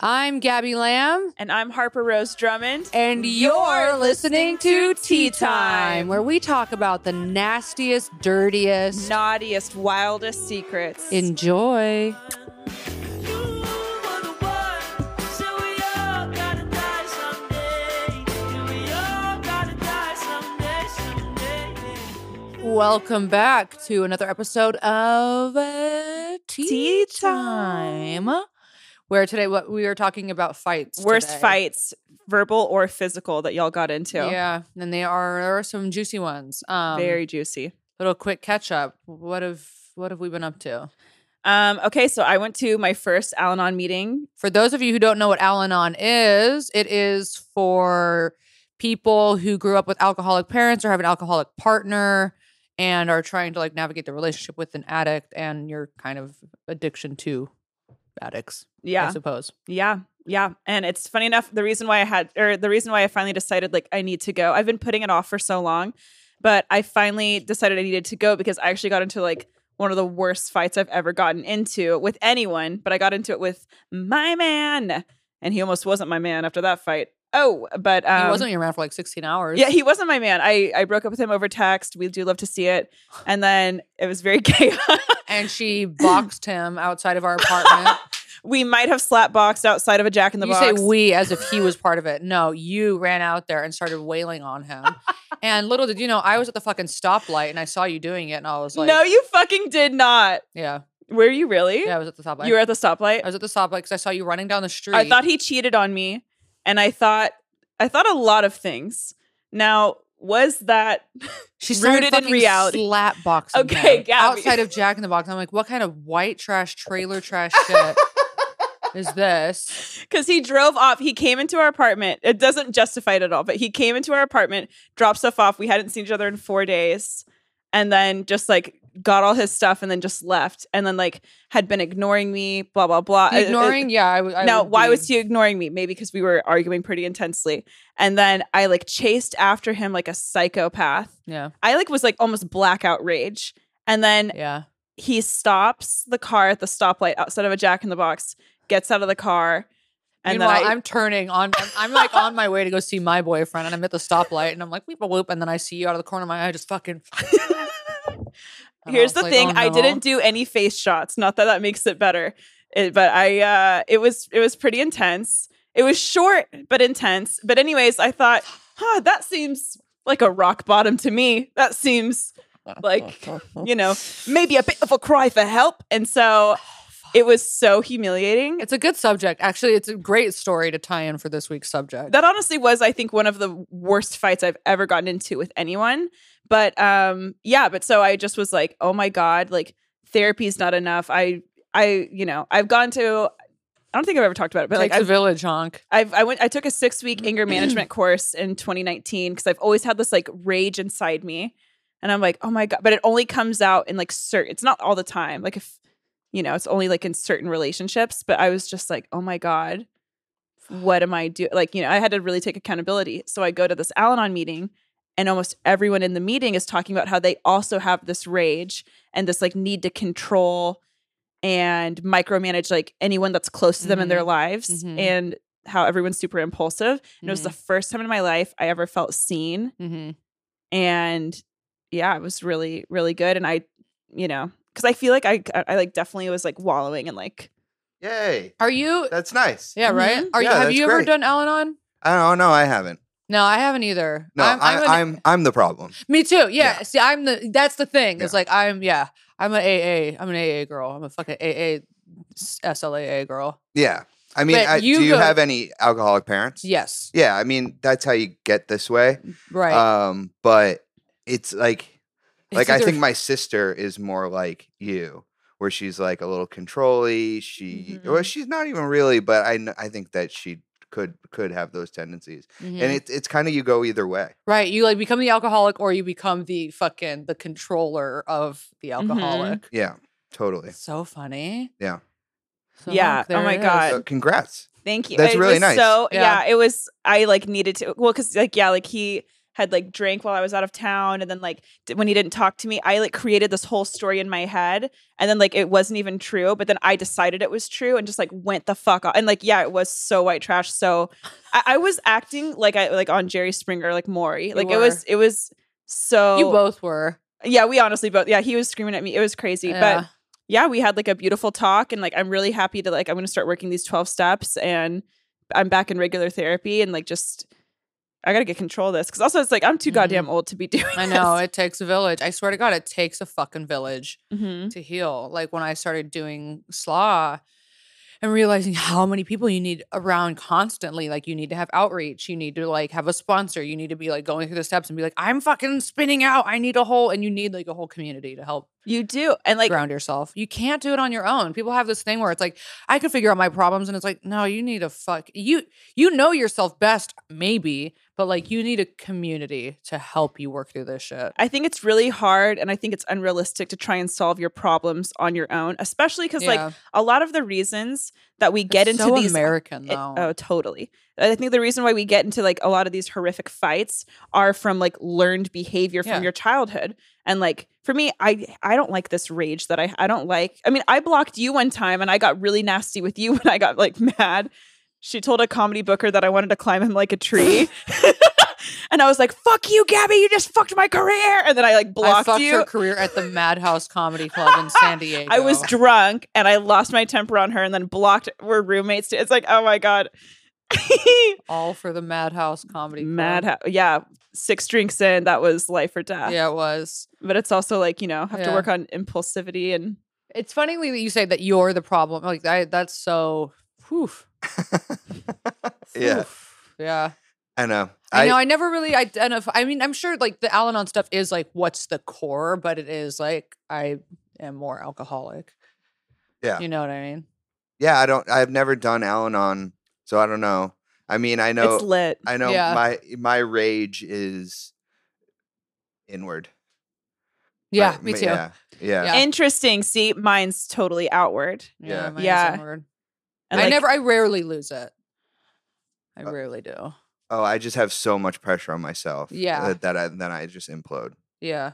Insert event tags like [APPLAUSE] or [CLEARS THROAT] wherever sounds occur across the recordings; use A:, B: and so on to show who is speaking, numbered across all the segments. A: I'm Gabby Lamb,
B: And I'm Harper Rose Drummond.
A: and you're listening to Tea Time, where we talk about the nastiest, dirtiest.
B: Naughtiest, wildest secrets.
A: Enjoy. Welcome back to another episode of uh, Tea,
B: Tea
A: Time, where today what we are talking about fights.
B: worst
A: today.
B: fights, verbal or physical, that y'all got into.
A: Yeah, and they are there are some juicy ones. Um,
B: Very juicy.
A: little quick catch up. What have what have we been up to?
B: Um, okay, so I went to my first Al Anon meeting.
A: For those of you who don't know what Al Anon is, it is for people who grew up with alcoholic parents or have an alcoholic partner and are trying to like navigate the relationship with an addict and your kind of addiction to addicts, I
B: Yeah.
A: suppose.
B: Yeah. Yeah. And it's funny enough, the reason why I had, or the reason why I finally decided like I need to go, I've been putting it off for so long, but I finally decided I needed to go because I actually got into like one of the worst fights I've ever gotten into with anyone, but I got into it with my man. And he almost wasn't my man after that fight. Oh, but um,
A: he wasn't around for like 16 hours.
B: Yeah, he [LAUGHS] wasn't my man. I, I broke up with him over text. We do love to see it. And then it was very [LAUGHS] chaotic.
A: and she boxed him outside of our apartment.
B: we might have slap boxed outside of a jack in [LAUGHS] the
A: you
B: box.
A: say we as if he was part of it. No, you ran out there and started wailing on him. and little did you know, I was at the fucking stoplight and I saw you doing it and I was like,
B: no, you fucking did not.
A: yeah,
B: Were you really?
A: yeah, I was at the stoplight.
B: You were at the stoplight.
A: I was at the stoplight because I saw you running down the street.
B: I thought he cheated on me, and I thought I thought a lot of things. Now, was that
A: she
B: rooted in
A: fucking
B: reality.
A: Slap boxing.
B: Okay,
A: him
B: Gabby.
A: outside of Jack in the Box. I'm like, what kind of white trash trailer
B: [LAUGHS]
A: trash shit is this?
B: because he drove off? He came into our apartment. It doesn't justify it at all, but he came into our apartment, dropped stuff off. We hadn't seen each other in four days, and then just like got all his stuff and then just left, and then like had been ignoring me, blah blah blah. Uh, uh,
A: Ignoring, yeah. I, w- I
B: now,
A: would
B: why
A: be-
B: was he ignoring me? Maybe because we were arguing pretty intensely, and then I like chased after him like a psychopath.
A: Yeah,
B: I like was like almost blackout rage. And then
A: yeah.
B: he stops the car at the stoplight outside of a Jack in the Box, gets out of the car, and
A: Meanwhile,
B: then I,
A: I'm turning on. I'm, I'm like on my way to go see my boyfriend, and I'm at the stoplight, and I'm like, weep a whoop, and then I see you out of the corner of my eye, just
B: [LAUGHS]
A: fucking. [LAUGHS] And I
B: here's
A: was
B: the
A: like,
B: thing:
A: oh,
B: I
A: no.
B: didn't do any face shots. Not that that makes it better, it, but I uh, it was it was pretty intense. It was short but intense. But anyways, I thought, huh, that seems like a rock bottom to me. That seems like you know maybe a bit of a cry for help.
A: [SIGHS]
B: And so it was so
A: [LAUGHS]
B: humiliating.
A: It's a good subject, actually. It's a great story to tie in for this week's subject.
B: that honestly was i think one of the worst fights i've ever gotten into with anyone but um yeah but so i just was like oh my god like therapy's not enough i i you know i've gone to i don't think i've ever talked about it but like
A: Takes a
B: I've,
A: village, honk.
B: I've i went i took a six week anger management course in 2019 because i've always had this like rage inside me and i'm like oh my god but it only comes out in like certain it's not all the time like if you know it's only like in certain relationships but i was just like oh my god what am I doing? Like, you know, I had to really take accountability. So I go to this Al Anon meeting, and almost everyone in the meeting is talking about how they also have this rage and this like need to control and micromanage like anyone that's close to them in their lives
A: Mhm.
B: and how everyone's super impulsive. And it was the first time in my life I ever felt seen.
A: Mm-hmm.
B: And yeah, it was really, really good. And I, you know, because I feel like I, I, I like definitely was like wallowing and like,
C: Yay.
A: Are you?
C: That's nice.
A: [LAUGHS] Yeah, right. Are you?
C: Mm-hmm. Yeah,
A: Have
C: that's
A: you ever
C: great.
A: done Al-Anon?
C: I don't know. I haven't.
A: No, I haven't either.
C: No, I'm, I, am
A: an-
C: i I'm, I'm the problem.
A: Me too. Yeah.
C: Yeah.
A: See, I'm the. That's the thing. It's
C: Yeah.
A: like I'm. Yeah, I'm an AA. I'm an AA girl. I'm a fucking AA SLAA girl.
C: Yeah. I mean,
A: But
C: I,
A: you
C: do you
A: go-
C: have any alcoholic parents?
A: Yes.
C: Yeah. I mean, that's how you get this way.
A: Right.
C: Um, but it's like,
A: It's
C: like I
A: either-
C: think my sister is more like you, where she's like a little controlly. She,
A: Mm-hmm.
C: well, she's not even really, but I, kn- I think that she could could have those tendencies,
A: Mhm.
C: and it's it's kind of you go either way.
A: right. You like become the alcoholic, or you become the fucking the controller of the alcoholic.
C: Yeah, totally.
A: So funny.
C: Yeah.
A: So,
B: Yeah.
A: there
B: Oh my
A: it is.
B: God.
C: So congrats.
B: Thank you.
C: That's
B: It
C: really
B: was
C: nice.
B: So
A: Yeah.
B: yeah. it was. I like needed to. Well, because like yeah, like he had like drank while I was out of town, and then like d- when he didn't talk to me, I like created this whole story in my head, and then like it wasn't even true, but then I decided it was true, and just like went the fuck off, and like yeah, it was so white trash.
A: [LAUGHS]
B: So I, I was acting like I like on Jerry Springer, like Maury,
A: You
B: like it was it was so
A: You both were.
B: yeah, we honestly both yeah, he was screaming at me, it was crazy, but
A: Yeah.
B: yeah, we had like a beautiful talk and like I'm really happy to like I'm going to start working these 12 steps and I'm back in regular therapy and like just I got to get control of this cuz also it's like I'm too
A: Mhm.
B: goddamn old to be [LAUGHS] doing
A: I know it takes a village. I swear to God, it takes a fucking village
B: hmm
A: to heal. Like when I started doing slaw and realizing [LAUGHS] how many people you need around constantly. Like you need to have outreach. You need to like have a sponsor. You need to be like going through the steps and be like, I'm fucking spinning out. I need a whole and you need like a whole community to help
B: You do. And like
A: ground yourself. You can't do it on your own. People have this thing where it's like, I could figure out my problems, and it's like, no, you need a fuck. You you know yourself best, maybe, but like you need a community to help you work through this shit.
B: I think it's really hard and I think it's unrealistic to try and solve your problems on your own, especially cuz like a lot of the reasons that we get
A: It's
B: into
A: so
B: these
A: American
B: It-
A: though.
B: oh, totally. I think the reason why we get into like a lot of these horrific fights are from like learned behavior from
A: Yeah.
B: your childhood. And like for me, I I don't like this rage that I I don't like. I mean, I blocked you one time and I got really nasty with you [LAUGHS] when I got like mad. She told a comedy booker that I wanted to climb him like a
A: [LAUGHS]
B: tree. [LAUGHS] and I was like, "Fuck you, Gabby! You just fucked my career." And then I like
A: I
B: blocked
A: fucked
B: you.
A: her career at the Madhouse Comedy Club in San Diego.
B: [LAUGHS] I was drunk and I lost my temper on her and then blocked. We're roommates. It's like, oh my god. [LAUGHS]
A: all for the Madhouse Comedy Club.
B: Mad, ha- yeah. Six drinks in, that was life or death.
A: Yeah, it was.
B: But it's also like you know have to
A: Yeah.
B: work on impulsivity and
A: It's funny that you say that you're the problem. Like I, that's so. Whew,
C: yeah,
A: oof. Yeah.
C: I know.
A: I, know.
C: I
A: I never really identify. I mean, I'm sure like the Al Anon stuff is like what's the core, but it is like I am more alcoholic.
C: Yeah.
A: You know what I mean?
C: yeah, I don't. I've never done Al-Anon, so I don't know. I mean, I know.
B: it's lit.
C: I know
A: Yeah.
C: my my rage is inward.
A: Yeah,
C: but-
A: me
C: but
A: too. Yeah.
C: Yeah, yeah.
A: Yeah.
B: Interesting. See, mine's totally outward.
C: Yeah.
A: mine is
B: Yeah.
A: inward.
B: And
A: I
B: like,
A: never, I rarely lose it. I
C: Uh,
A: rarely do.
C: Oh, I just have so much pressure on myself.
A: Yeah.
C: that, that I then I just implode.
A: Yeah.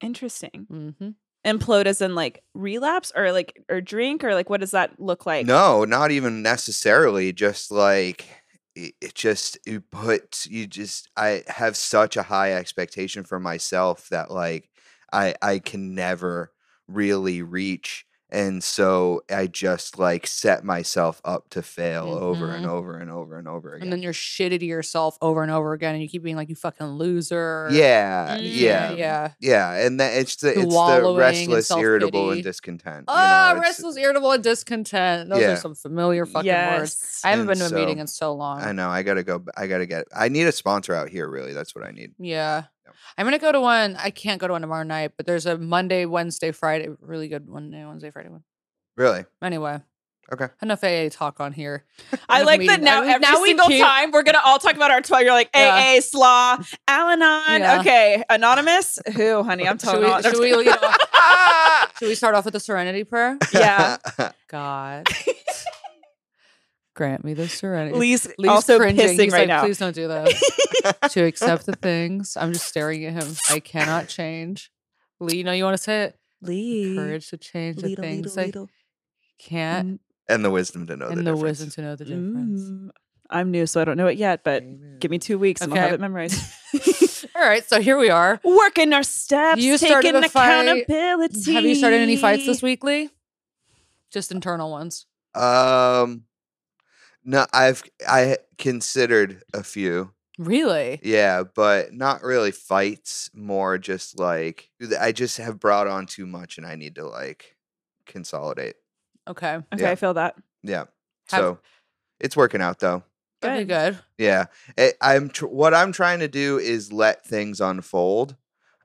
B: Interesting.
A: Mm-hmm.
B: Implode as in like relapse or like or drink or like what does that look like?
C: no, not even necessarily. Just like it, it just you put you just I have such a high expectation for myself that like I I can never really reach. And so I just like set myself up to fail over and over and over and over again.
A: Mm-hmm. And then you're shitty to yourself over and over again, and you keep being like, "You fucking loser."
C: yeah,
B: Mm.
C: yeah,
A: Yeah.
C: yeah, and that it's the,
A: The
C: it's
A: wallowing
C: the
A: and
C: restless, irritable,
A: self-pity.
C: and discontent. you
A: Ah,
C: know, it's-
A: restless, irritable, and discontent. Those
C: Yeah.
A: are some familiar fucking words.
B: yes.
A: I haven't
C: And
A: been to a meeting
C: so-
A: in so long.
C: I know. I gotta go. b- I gotta get. I need a sponsor out here. Really, that's what I need.
A: Yeah.
C: Yep.
A: I'm gonna go to one. I can't go to one tomorrow night, but there's a Monday, Wednesday, Friday, really good Monday, Wednesday, Friday one.
C: Really.
A: Anyway.
C: Okay.
A: Enough AA talk on here.
B: I
A: Enough
B: like that
A: meeting.
B: now.
A: Uh,
B: Every
A: now we
B: single
A: keep-
B: time we're gonna all talk about our twelve. You're like AA, slaw, Al-Anon.
A: Yeah.
B: Okay, anonymous. Who, honey? I'm
A: Should
B: telling
A: we, [LAUGHS]
B: all-
A: should, we
B: [LAUGHS]
A: lead off- should we start off with the serenity [LAUGHS] prayer?
B: Yeah.
A: God. Grant me the serenity.
B: Lee's,
A: Lee's
B: also
A: cringing.
B: pissing
A: He's
B: right
A: like,
B: now.
A: Please don't do that.
B: [LAUGHS]
A: to accept the things. I'm just staring at him. I cannot change. Lee, you know you want to say it?
B: Lee.
A: Courage to change the things I
B: little.
A: can't
C: [LAUGHS] and the wisdom to know
A: and
C: the,
A: the
C: difference.
A: wisdom to know the difference.
B: Mm. I'm new, so I don't know it yet, but give me two weeks and I'll have
A: Okay. [LAUGHS]
B: it memorized. Mm.
A: All right, so here we are.
B: Working our steps,
A: You started
B: taking
A: a fight.
B: accountability.
A: Have you started any fights this week, Lee? Just internal ones.
C: Um. No, I've I considered a few.
A: Really?
C: Yeah, but not really fights. More just like I just have brought on too much, and I need to like consolidate.
A: Okay.
B: Okay,
C: Yeah.
B: I feel that.
C: Yeah.
A: Have-
C: so it's working out though.
A: That'd be good.
C: Yeah, I- I'm. Tr- what I'm trying to do is let things unfold,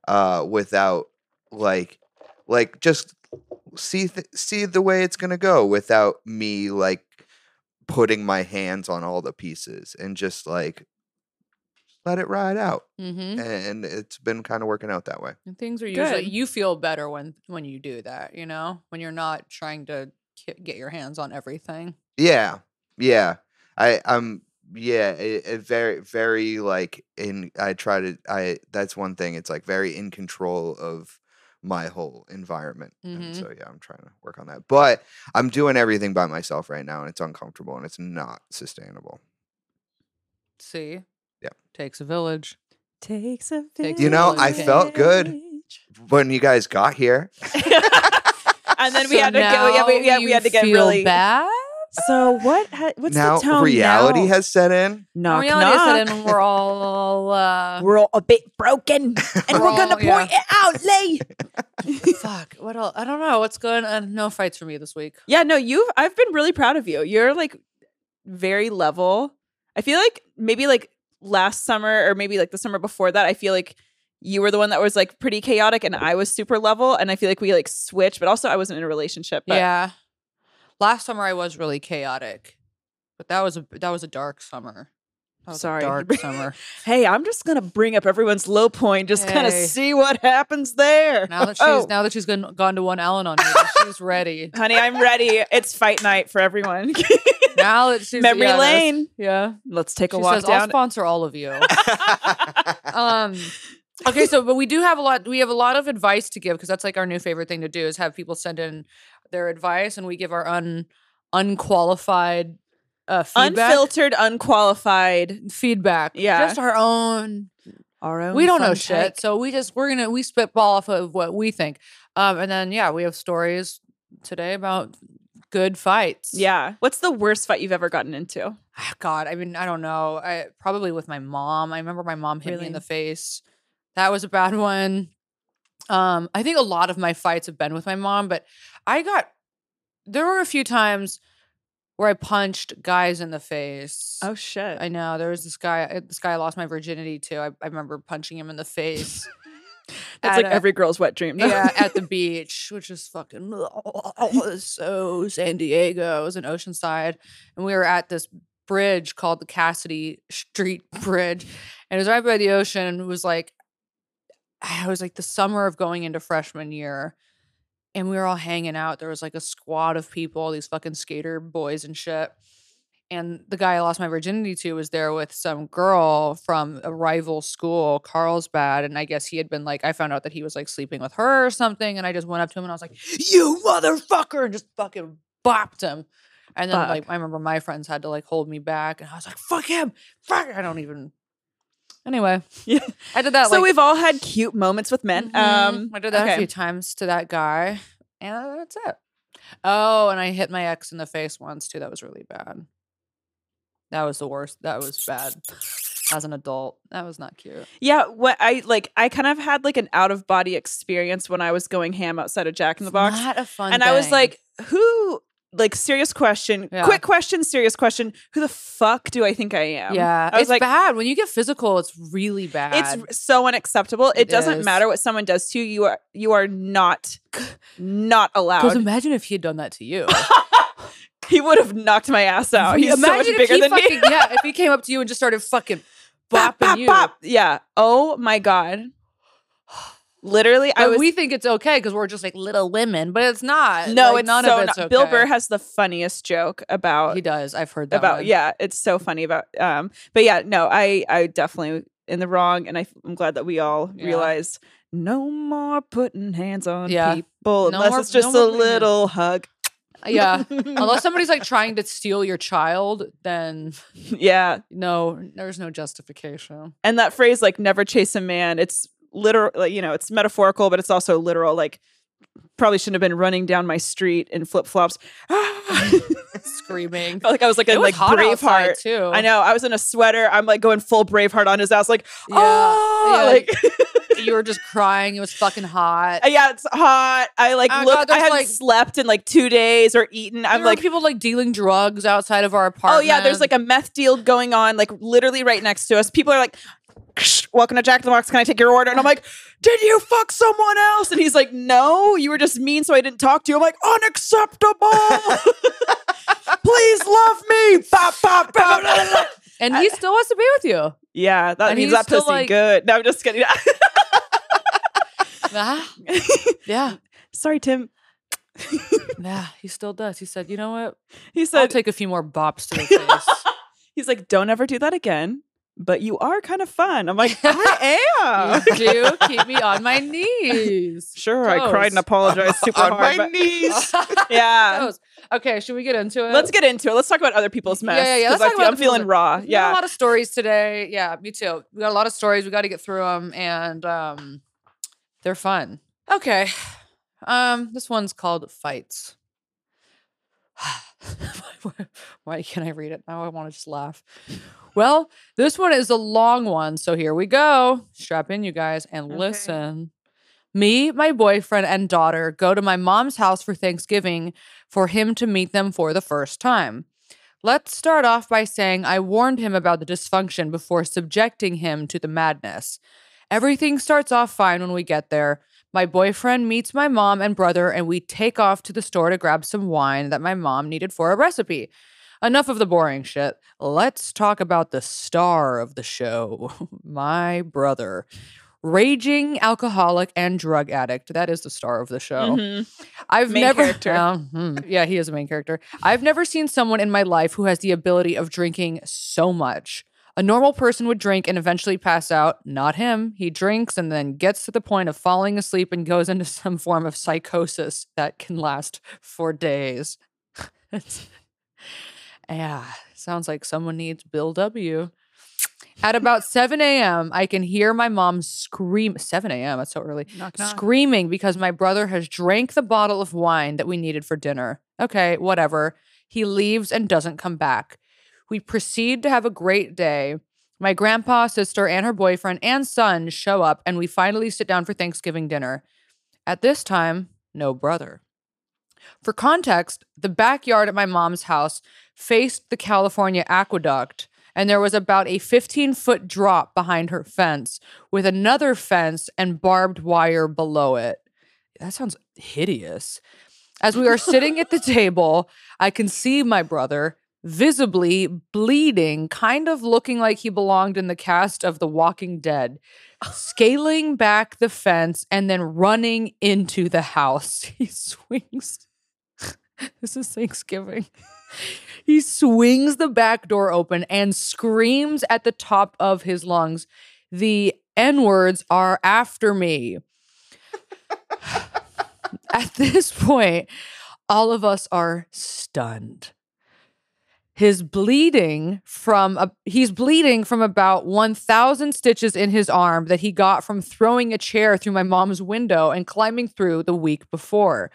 C: uh, without like, like just see th- see the way it's gonna go without me like putting my hands on all the pieces and just like let it ride out.
A: Mm-hmm.
C: And it's been kind of working out that way.
A: And things are usually
B: Good.
A: you feel better when when you do that. You know, when you're not trying to ki- get your hands on everything.
C: Yeah, yeah. I I'm yeah it, it very very like in i try to i that's one thing it's like very in control of my whole environment
B: Mm-hmm.
C: and
A: Mhm.
C: so yeah i'm trying to work on that but i'm doing everything by myself right now and it's uncomfortable and it's not sustainable
A: See?
C: Yeah.
A: Takes a village.
B: Takes a
A: Takes
C: You know, I felt good.
B: village.
C: when you guys got here
B: and
A: [LAUGHS]
B: then we
A: So
B: had to go. Yeah, we,
A: now
B: yeah, we had to
A: you
B: get
A: feel
B: really.
A: bad.
B: So what? Ha- what's
C: now
B: the tone
C: reality
B: now?
C: has
B: [LAUGHS]
C: set in [LAUGHS]
A: In
B: knock
A: reality
B: knock. [LAUGHS]
A: is that and we're all uh,
B: we're all a bit
A: [LAUGHS]
B: broken, and we're
A: We're
B: gonna
A: all- yeah.
B: point it out, Lee.
A: fuck. What else? I don't know what's going on. No fights for me this week.
B: Yeah, no, you've I've been really proud of you. You're like very level. I feel like maybe like last summer or maybe like the summer before that, I feel like you were the one that was like pretty chaotic and I was super level and I feel like we like switched, but also I wasn't in a relationship. But
A: yeah. Last summer I was really chaotic, but that was a that was a dark summer. That was a
B: Sorry. [LAUGHS]
A: dark summer.
B: hey, I'm just gonna bring up everyone's low point, just kind of
A: Hey.
B: see what happens there.
A: Now that she's
B: Oh,
A: now that she's gone, gone to one Al-Anon meeting, she's
B: [LAUGHS]
A: ready.
B: honey, I'm ready. It's fight night for everyone. [LAUGHS]
A: Now that she's
B: Memory
A: yeah, that's-
B: lane.
A: yeah.
B: Let's take a
A: She
B: walk
A: says, I'll
B: down.
A: sponsor all of you. um okay so but we do have a lot we have a lot of advice to give because that's like our new favorite thing to do is have people send in their advice and we give our un unqualified uh feedback
B: Unfiltered, unqualified.
A: feedback
B: Yeah.
A: just our own
B: Our own
A: we don't know
B: fun
A: shit
B: take.
A: so we just we're gonna we spitball off of what we think um and then yeah we have stories today about good fights
B: Yeah. What's the worst fight you've ever gotten into?
A: Ah, God, I mean, I don't know. I probably with my mom. I remember my mom hit me in the
B: Really?
A: face. That was a bad one. Um, I think a lot of my fights have been with my mom, but I got there were a few times where I punched guys in the face.
B: shit.
A: I know there was this guy. uh, This guy I lost my virginity to. I, I remember punching him in the [LAUGHS] face.
B: That's
A: at
B: like
A: a-
B: every girl's wet dream. though. [LAUGHS]
A: yeah, at the beach, which is fucking [LAUGHS] so San Diego. It was in Oceanside. And we were at this bridge called the Cassidy Street [LAUGHS] Bridge. And it was right by the ocean. And it was like, it was like the summer of going into freshman year. And we were all hanging out. There was like a squad of people, these fucking skater boys and shit. And the guy I lost my virginity to was there with some girl from a rival school, Carlsbad. And I guess he had been like, I found out that he was like sleeping with her or something. And I just went up to him and I was like, You motherfucker! And just fucking bopped him. And then,
B: Fuck.
A: like, I remember my friends had to like hold me back. And I was like, Fuck him! Fuck! I don't even. Anyway,
B: [LAUGHS] Yeah.
A: I did that.
B: So
A: like,
B: we've all had cute moments with men.
A: Mhm.
B: Um,
A: I did that
B: okay.
A: a few times to that guy, and that's it. Oh, and I hit my ex in the face once too. That was really bad. That was the worst. That was bad. As an adult, that was not cute.
B: Yeah, what I like, I kind of had like an out of body experience when I was going ham outside of Jack in the Box,
A: Not a fun.
B: and I was
A: thing.
B: like, who? Like serious question,
A: Yeah.
B: quick question, serious question. Who the fuck do I think I am?
A: yeah,
B: I was
A: it's
B: like,
A: bad when you get physical. It's really bad.
B: It's so unacceptable. It,
A: It
B: doesn't
A: is.
B: matter what someone does to you. You are you
A: [LAUGHS]
B: are not not
A: because
B: allowed.
A: imagine if he had done that to [LAUGHS] you.
B: He would have knocked my
A: [LAUGHS]
B: ass out.
A: Re-
B: He's so much
A: imagine if
B: bigger
A: he
B: than
A: fucking,
B: me.
A: Yeah, if he came up to you and just started [LAUGHS] fucking bopping
B: Bop, bop,
A: you.
B: bop. Yeah. Oh my god. Literally, I
A: But
B: was.
A: we think it's okay because we're just like little women, but it's not.
B: no,
A: Like,
B: it's
A: none
B: so
A: of it's
B: not-
A: okay.
B: Bill Burr has the funniest joke about
A: He does. I've heard that
B: about
A: one.
B: yeah. It's so funny about um. But yeah, no, I I definitely in the wrong, and I, am glad that we all
A: Yeah.
B: realized no more putting hands on
A: Yeah.
B: people
A: No
B: unless
A: more-
B: it's
A: no
B: just a
A: more putting hands-
B: little hug.
A: yeah. Unless somebody's like trying to steal your child, then
B: [LAUGHS] yeah.
A: no, there's no justification.
B: And that phrase, like, never chase a man, it's literal, like, you know, it's metaphorical, but it's also literal. Like, probably shouldn't have been running down my street in flip [LAUGHS] flops.
A: Screaming.
B: Felt like I was like
A: it
B: a
A: was
B: like
A: hot outside,
B: Braveheart.
A: too.
B: I know. I was in a sweater. I'm like going full Braveheart on his ass. Like,
A: Yeah.
B: oh,
A: Yeah,
B: like,
A: [LAUGHS]
B: [LAUGHS]
A: you were just crying. It was fucking hot.
B: yeah, it's hot. I like
A: Oh,
B: look.
A: God,
B: I
A: there's,
B: haven't
A: like-
B: slept in like two days or eaten. I'm
A: there
B: like,
A: were people like dealing drugs outside of our
B: oh
A: apartment.
B: yeah, there's like a meth deal going on, like literally right next to us. People are like, "Ksh, welcome to Jack in the Box. Can I take your order? And I'm like, did you fuck someone else? And he's like, no, you were just mean, so I didn't talk to you. I'm like, unacceptable. [LAUGHS] Please love me. Bop, bop, bop.
A: and he still wants to be with
B: [LAUGHS]
A: you.
B: yeah, that
A: And
B: means
A: he's
B: that
A: still
B: pussy
A: like-
B: good. No, I'm just kidding. [LAUGHS]
A: Ah, yeah,
B: Sorry, Tim.
A: yeah, he still does. He said, "You know what?
B: He
A: I'll
B: said, [LAUGHS]
A: take a few more bops to the face."
B: He's like, don't ever do that again. But you are kind of fun.
A: [LAUGHS]
B: I'm like, I am.
A: You do keep me on my
B: [LAUGHS]
A: knees.
B: Sure, I cried and
A: Gross.
B: apologized
A: [LAUGHS]
B: super
C: on
B: hard.
C: my
B: but-
C: knees.
B: [LAUGHS] yeah.
A: Gross. okay, should we get into it?
B: Let's get into it. Let's talk about other people's
A: Yeah,
B: mess.
A: yeah, yeah.
B: 'cause
A: Let's
B: I
A: talk
B: feel-
A: about
B: I'm feeling
A: people's-
B: raw.
A: We got
B: Yeah.
A: a lot of stories today. Yeah, me too. We got a lot of stories. We got to get through them, and um, they're fun. Okay, [SIGHS] um, this one's called fights. [SIGHS] [LAUGHS] Why can't I read it now? I want to just laugh. Well, this one is a long one, so here we go. Strap in, you guys, and
B: Okay.
A: listen. Me, my boyfriend, and daughter go to my mom's house for Thanksgiving for him to meet them for the first time. Let's start off by saying I warned him about the dysfunction before subjecting him to the madness. Everything starts off fine when we get there. My boyfriend meets my mom and brother, and we take off to the store to grab some wine that my mom needed for a recipe. Enough of the boring shit. Let's talk about the star of the show, [LAUGHS] my brother. Raging alcoholic and drug addict. That is the star of the show.
B: Mhm.
A: I've
B: Main
A: never.
B: character.
A: [LAUGHS] Um, hmm. yeah, he is a main character. I've never seen someone in my life who has the ability of drinking so much. A normal person would drink and eventually pass out. Not him. He drinks and then gets to the point of falling asleep and goes into [LAUGHS] some form of psychosis that can last for days. It's- [LAUGHS] yeah, sounds like someone needs Bill W. At about 7 a.m., I can hear my mom scream. 7 a.m., that's so early screaming because my brother has drank the bottle of wine that we needed for dinner. Okay, whatever. He leaves and doesn't come back. We proceed to have a great day. My grandpa, sister, and her boyfriend and son show up, and we finally sit down for Thanksgiving dinner. At this time, no brother. For context, the backyard at my mom's house faced the California aqueduct, and there was about a 15 foot drop behind her fence with another fence and barbed wire below it. That sounds hideous. As we are sitting at the table, I can see my brother visibly bleeding, kind of looking like he belonged in the cast of The Walking Dead, scaling back the fence and then running into the house. [LAUGHS] He swings. [LAUGHS] this is Thanksgiving. [LAUGHS] He swings the back door open and screams at the top of his lungs, the N words are after me. [LAUGHS] At this point, all of us are stunned. His bleeding from a, he's bleeding from about 1000 stitches in his arm that he got from throwing a chair through my mom's window and climbing through the week before.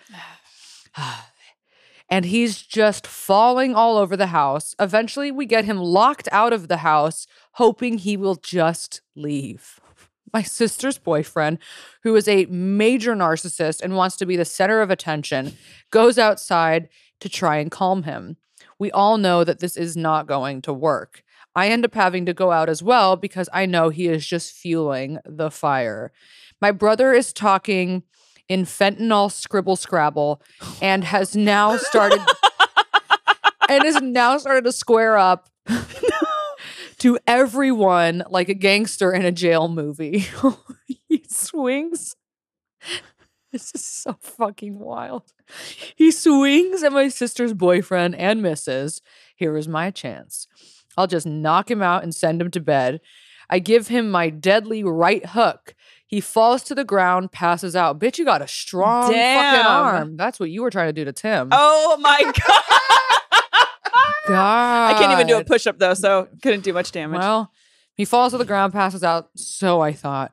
A: And he's just falling all over the house. Eventually we get him locked out of the house hoping he will just leave. [LAUGHS] My sister's boyfriend, who is a major narcissist and wants to be the center of attention, goes outside to try and calm him. We all know that this is not going to work. I end up having to go out as well because I know he is just fueling the fire. My brother is talking in fentanyl scribble scrabble and has now started and has now started to square up to everyone like a gangster in a jail movie. [LAUGHS] he swings. This is so fucking wild. He swings at my sister's boyfriend and misses. Here is my chance. I'll just knock him out and send him to bed. I give him my deadly right hook. He falls to the ground, passes out. Bitch, you got a strong fucking
B: Damn.
A: arm. That's what you were trying to do to Tim.
B: Oh
A: [LAUGHS]
B: my god.
A: God.
B: I can't even do a push up though, so couldn't do much damage.
A: Well, he falls to the ground, passes out. So I thought.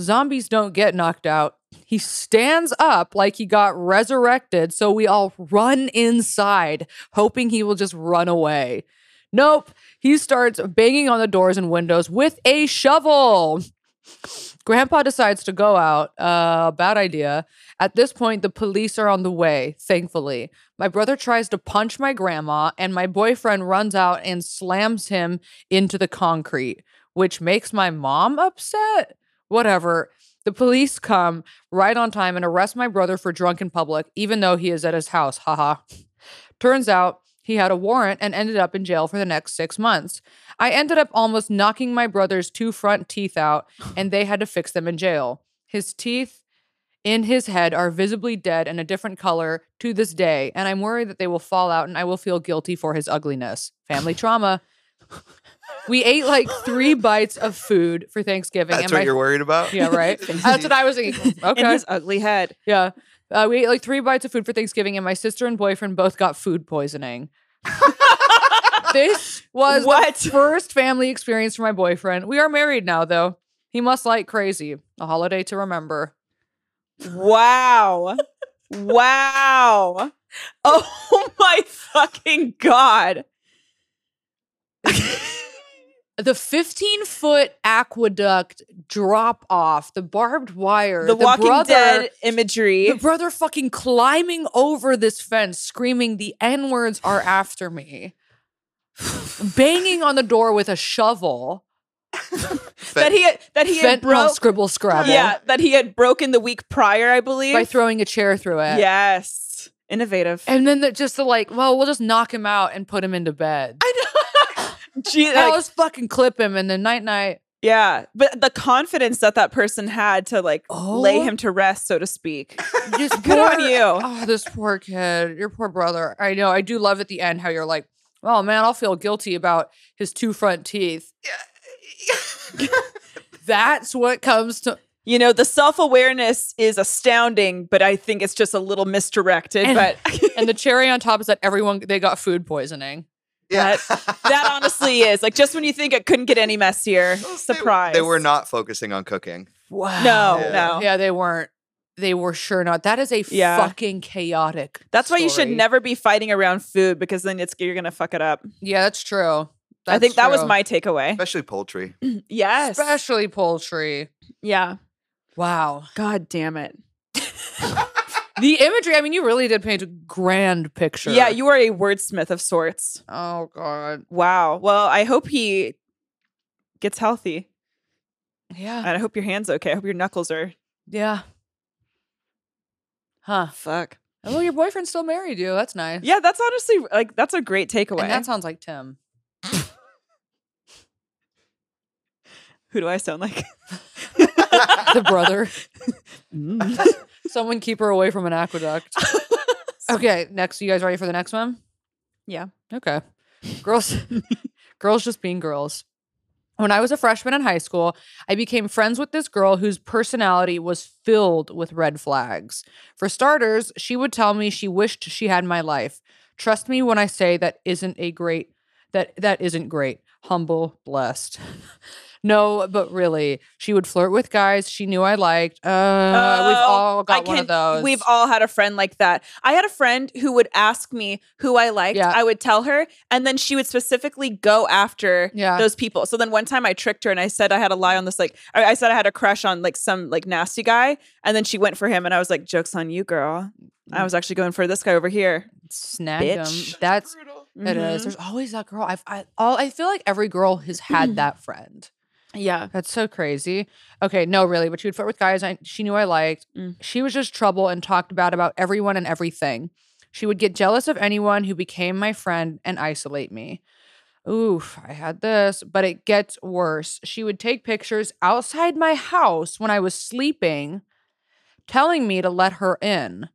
A: Zombies don't get knocked out. He stands up like he got resurrected. So we all run inside, hoping he will just run away. Nope. He starts banging on the doors and windows with a shovel. Grandpa decides to go out. Uh, bad idea. At this point, the police are on the way, thankfully. My brother tries to punch my grandma, and my boyfriend runs out and slams him into the concrete, which makes my mom upset. Whatever. The police come right on time and arrest my brother for drunk in public, even though he is at his house. Haha. Turns out he had a warrant and ended up in jail for the next six months. I ended up almost knocking my brother's two front teeth out, and they had to fix them in jail. His teeth in his head are visibly dead and a different color to this day, and I'm worried that they will fall out and I will feel guilty for his ugliness. Family trauma. We ate like three bites of food for Thanksgiving.
C: That's what
A: my-
C: you're worried about.
A: yeah, right. [LAUGHS] That's what I was
B: [LAUGHS]
A: thinking.
B: in
A: Okay,
B: his ugly head.
A: yeah. Uh, we ate like three bites of food for Thanksgiving, and my sister and boyfriend both got food
B: [LAUGHS]
A: poisoning. this was [LAUGHS]
B: What?
A: the first family experience for my boyfriend. We are married now, though. He must like crazy. A holiday to remember.
B: Wow. wow. Oh [LAUGHS] my fucking god.
A: The 15 foot aqueduct drop off, the barbed wire,
B: The, Walking
A: brother,
B: Dead
A: [LAUGHS]
B: imagery.
A: The brother fucking climbing over this fence, screaming, The N words are
B: [SIGHS]
A: after me. Banging on the door with a shovel.
B: that he had, that he had
A: Fentanyl
B: broke
A: scribble scrabble.
B: Yeah, that he had broken the week prior, I believe.
A: By throwing a chair through it.
B: yes. Innovative.
A: And then the, just the like, well, we'll just knock him out and put him into bed. I
B: Gee,
A: will
B: like,
A: just fucking clip him and then night night.
B: yeah, but the confidence that that person had to like lay
A: Oh.
B: him to rest, so to speak.
A: Just
B: Good on
A: poor-
B: you.
A: Oh, this poor kid, your poor brother. I know. I do love at the end how you're like, oh man, I'll feel guilty about his two front
B: [LAUGHS]
A: teeth. That's what comes
B: [LAUGHS]
A: to
B: You know, the self awareness is astounding, but I think it's just a little misdirected.
A: And-
B: but
A: And the cherry on top is that everyone they got food poisoning.
C: [LAUGHS] yeah. [LAUGHS]
B: that honestly is like just when you think it couldn't get any messier, surprise.
C: They were not focusing on cooking.
A: Wow.
B: No,
C: Yeah.
B: no.
A: Yeah, they weren't. They were sure not. That is a
B: Yeah.
A: fucking chaotic.
B: That's why you should
A: story.
B: never be fighting around food because then it's you're gonna fuck it up.
A: Yeah, that's true.
B: I think that was
A: true.
B: my takeaway. [LAUGHS]
C: Especially poultry. [LAUGHS]
B: Yes.
A: especially poultry.
B: Yeah.
A: Wow.
B: God damn it.
A: The imagery, I mean, you really did paint a grand picture.
B: Yeah, you are a wordsmith of sorts.
A: Oh god.
B: Wow. Well, I hope he gets healthy.
A: Yeah.
B: [LAUGHS] And I hope your hand's okay. I hope your knuckles are
A: Yeah. Huh.
B: fuck.
A: Oh, your boyfriend still married you. That's nice.
B: Yeah, that's honestly like that's a great takeaway.
A: And that sounds like Tim.
B: [LAUGHS] Who do I sound like?
A: The brother.
B: [LAUGHS]
A: Someone keep her away from an aqueduct. okay, next. You guys ready for the next one?
B: Yeah.
A: Okay. Girls, [LAUGHS] girls just being girls. When I was a freshman in high school, I became friends with this girl whose personality was filled with red flags. For starters, she would tell me she wished she had my life. Trust me when I say that isn't a great that that isn't great. Humble, blessed. [LAUGHS] no, but really, she would flirt with guys she knew I liked. Uh, we've
B: Oh,
A: all got
B: I
A: one of
B: can-
A: those.
B: We've all had a friend like that. I had a friend who would ask me who I liked.
A: Yeah.
B: I would tell her, and then she would specifically go after
A: Yeah.
B: those people. So then one time I tricked her and I said I had a lie on this, like I I said I had a crush on like some like nasty guy, and then she went for him, and I was like, "Jokes on you, girl."
A: Mm.
B: I was actually going for this guy over here.
A: snagged
B: Bitch.
A: them. That's it is.
B: Mhm.
A: There's always that girl. I've I, all. I feel like every girl has
B: [CLEARS THROAT]
A: had that friend.
B: Yeah.
A: That's so crazy. Okay, no, really, but she would flirt with guys I, she knew I liked.
B: Mm.
A: She was just trouble and talked about about everyone and everything. She would get jealous of anyone who became my friend and isolate me. Oof, I had this, but it gets worse. She would take pictures outside my house when I was sleeping, telling me to let her in.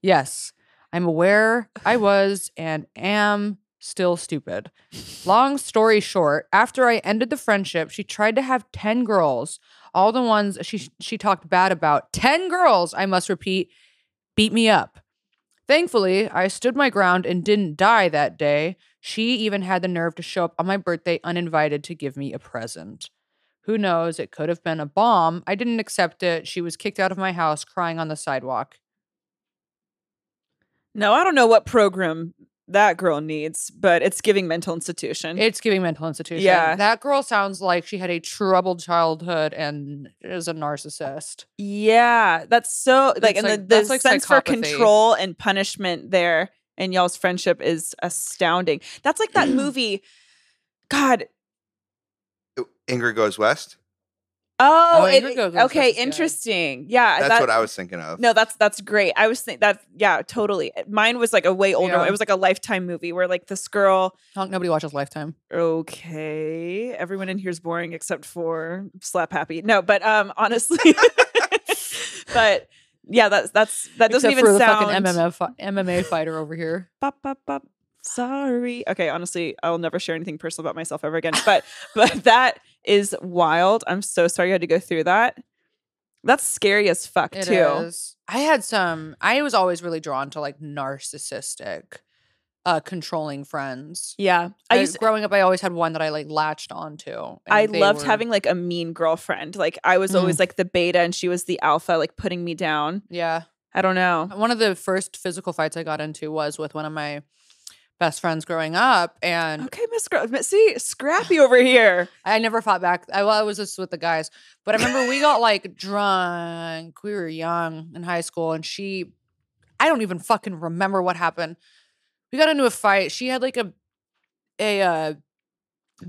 A: Yes, I'm aware I
B: [LAUGHS]
A: was and am still stupid. Long story short, after I ended the friendship, she tried to have 10 girls, all the ones she she talked bad about. 10 girls, I must repeat, beat me up. Thankfully, I stood my ground and didn't die that day. She even had the nerve to show up on my birthday uninvited to give me a present. Who knows, it could have been a bomb. I didn't accept it. She was kicked out of my house crying on the sidewalk.
B: No, I don't know what program that girl needs, but it's giving mental institution.
A: It's giving mental institution.
B: Yeah.
A: That girl sounds like she had a troubled childhood and is a narcissist.
B: Yeah, that's so like,
A: That's
B: and
A: like-
B: the, the
A: that's like
B: sense for
A: psychopathy.
B: control and punishment there in y'all's friendship is astounding. That's
A: [CLEARS THROAT]
B: like that movie. God,
C: Ingrid goes west.
B: oh,
A: Oh,
B: it-
A: Ingrid Goes West,
B: okay,
A: that's good.
B: interesting. Yeah,
C: That's
B: that-
C: what I was thinking of.
B: No, that's that's great. I was think that yeah, totally. Mine was like a way older.
A: Yeah.
B: one. It was like a lifetime movie where like this girl.
A: Honk, nobody watches Lifetime.
B: Okay, everyone in here is boring except for Slap Happy. No, but um, honestly, [LAUGHS] but yeah, that's that's that doesn't
A: Except
B: even
A: for the fucking MMF,
B: sound [LAUGHS]
A: fi- MMA fighter over here.
B: Bop, bop, bop. sorry. Okay, honestly, I'll never share anything personal about myself ever again. But but [LAUGHS] that is wild. I'm so sorry you had to go through that. That's scary as fuck
A: It is.
B: too.
A: I had some. I was always really drawn to like narcissistic, uh, controlling friends.
B: Yeah, I
A: I
B: used to,
A: growing up, I always had one that I like latched onto. and
B: I
A: they
B: loved
A: were-
B: having like a mean girlfriend. Like I was
A: Mm.
B: always like the beta, and she was the alpha, like putting me down.
A: Yeah,
B: I don't know.
A: one of the first physical fights I got into was with one of my best friends growing up, and
B: Okay, Miss Girl, see Scrappy
A: [SIGHS]
B: over here.
A: I never fought back. I, well, I was just with the guys, but I remember we got like drunk. We were young in high school, and she, I don't even fucking remember what happened. We got into a fight. She had like a, a uh,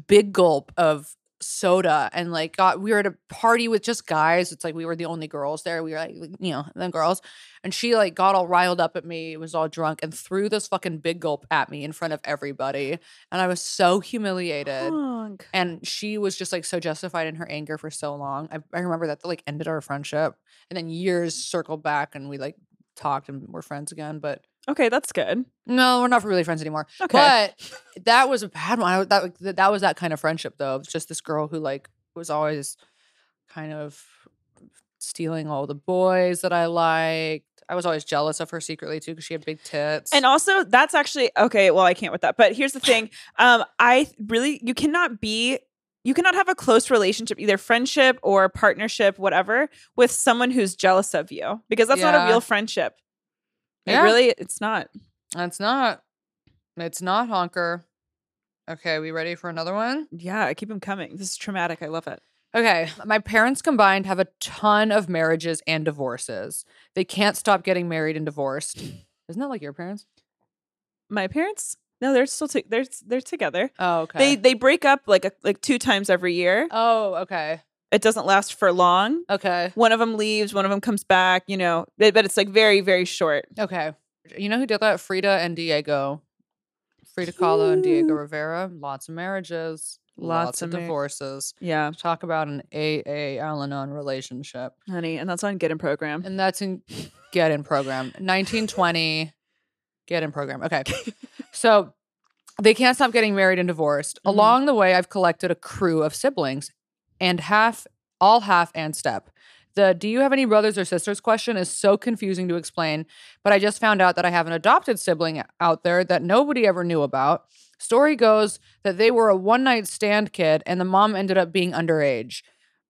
A: big gulp of soda, and like got. We were at a party with just guys. It's like we were the only girls there. We were like, you know, the girls, and she like got all riled up at me. Was all drunk and threw this fucking big gulp at me in front of everybody, and I was so humiliated
B: Honk.
A: and she was just like so justified in her anger for so long. I, I remember that like ended our friendship, and then years
B: Mm.
A: circled back, and we like talked and we're friends again. But
B: Okay, that's good.
A: no, we're not really friends anymore.
B: Okay.
A: But that was a bad one. I, that that- that was that kind of friendship though. It was just this girl who like was always kind of stealing all the boys that I liked. I was always jealous of her secretly too because she had big tits.
B: And also, that's actually okay. Well, I can't with that. But here's
A: [SIGHS]
B: the thing: um, I th- really, you cannot be, you cannot have a close relationship, either friendship or partnership, whatever, with someone who's jealous of you, because that's not
A: Yeah.
B: a real friendship.
A: Yeah.
B: It really, it's not.
A: it's not. It's not honker. Okay, we ready for another one?
B: Yeah, I keep them coming. This is traumatic. I love it.
A: Okay, my parents combined have a ton of marriages and divorces. They can't stop getting married and divorced. Isn't that like your parents?
B: My parents, no, they're still to- they're they're together.
A: Oh, okay.
B: They they break up like a, like two times every year.
A: oh, okay.
B: It doesn't last for long.
A: Okay.
B: One of them leaves, one of them comes back. You know, but but it's like very very short.
A: Okay. You know who did that? Frida and Diego. Frida Kahlo and Diego
B: Cute.
A: Rivera. Lots of marriages.
B: Lots
A: Lots, of
B: of mar-
A: divorces.
B: Yeah,
A: Talk about an AA Al-Anon relationship.
B: honey, and that's on Get In program.
A: And that's in Get In program. 1920 Get In program. Okay. So they can't stop getting married and divorced.
B: Mhm.
A: Along the way, I've collected a crew of siblings and half, all half and step. The do you have any brothers or sisters question is so confusing to explain, but I just found out that I have an adopted sibling out there that nobody ever knew about. Story goes that they were a one night stand kid and the mom ended up being underage.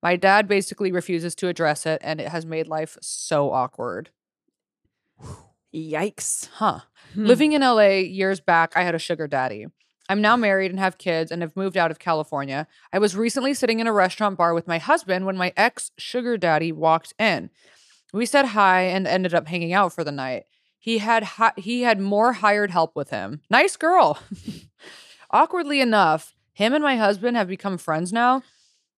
A: My dad basically refuses to address it and it has made life so awkward.
B: Yikes.
A: Huh.
B: Hmm.
A: Living in LA years back, I had a sugar daddy. I'm now married and have kids and have moved out of California. I was recently sitting in a restaurant bar with my husband when my ex sugar daddy walked in. We said hi and ended up hanging out for the night. He had hi- he had more hired help with him. Nice girl. [LAUGHS] Awkwardly enough, him and my husband have become friends now.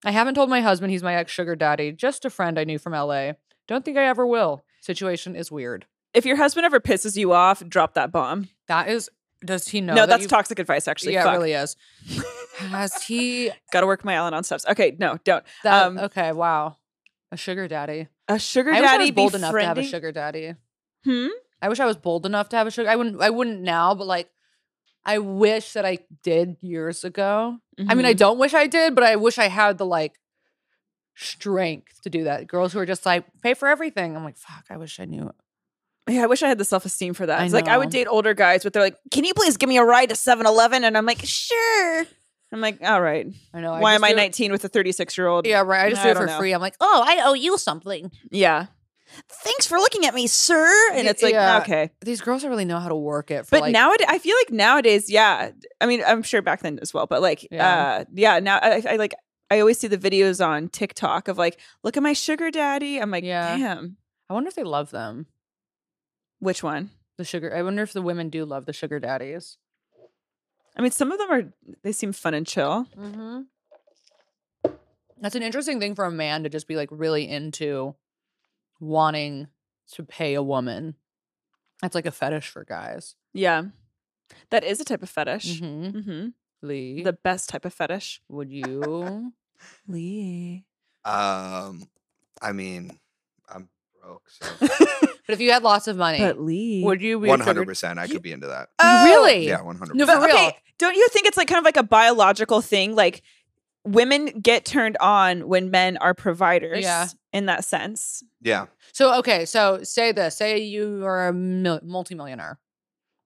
A: I haven't told my husband he's my ex sugar daddy, just a friend I knew from LA. Don't think I ever will. Situation is weird.
B: if your husband ever pisses you off, drop that bomb.
A: That is does he know?
B: No,
A: that
B: that's
A: you've-
B: toxic advice. Actually,
A: yeah,
B: Fuck.
A: it really is. Has
B: [LAUGHS]
A: he?
B: Gotta work my Al-Anon steps. Okay, no, don't.
A: That,
B: Um,
A: okay, wow, a sugar daddy.
B: A sugar
A: I wish I
B: daddy
A: was bold enough to have a
B: befriending-
A: sugar daddy.
B: Hmm?
A: I wish I was bold enough to have a sugar. I wouldn't. I wouldn't now, but like, I wish that I did years ago. I mean, I
B: Mhm.
A: don't wish I did, but I wish I had the like strength to do that. Girls who are just like pay for everything. I'm like, fuck. I wish I knew.
B: yeah, I wish I had the self-esteem for that.
A: I
B: It's like I would
A: know.
B: date older guys, but they're like, "Can you please give me a ride to 7-Eleven? And I'm like, "Sure." I'm like, "All right."
A: I know.
B: Why
A: just
B: am I
A: do it-
B: 19 with a 36-year-old?
A: [LAUGHS] Yeah, right. I just
B: I
A: do it
B: don't
A: for
B: know.
A: free. I'm like, oh, I owe you something.
B: Yeah. Thanks for looking at me, sir. And
A: Y-
B: it's like,
A: yeah.
B: okay.
A: These girls don't really know how to work it. For
B: But
A: like,
B: nowadays, I feel like nowadays, yeah. I mean, I'm sure back then as well, but like,
A: Yeah.
B: uh, yeah. Now, I, I like, I always see the videos on TikTok of like, look at my sugar daddy. I'm like,
A: Yeah.
B: damn,
A: I wonder if they love them.
B: which one?
A: The sugar. I wonder if the women do love the sugar daddies.
B: I mean, some of them are. They seem fun and chill.
A: Mm-hmm. That's an interesting thing for a man to just be like really into wanting to pay a woman. That's like a fetish for guys.
B: Yeah, that is a type of fetish.
A: Mm-hmm.
B: hmm
A: Lee,
B: The best type of fetish.
A: would you?
B: Lee.
A: [LAUGHS]
C: Um, I mean, I'm broke, so
A: But if you had lots of money,
B: But Lee,
A: would you be
C: One
A: triggered?
C: hundred percent, I could be into that.
B: Oh,
A: really?
C: Yeah, one hundred.
A: No,
C: percent.
A: for real.
B: okay, don't you think it's like kind of like a biological thing? Like women get turned on when men are providers.
A: Yeah.
B: in that sense.
C: Yeah,
A: So okay, so say this: say you are a mil- multimillionaire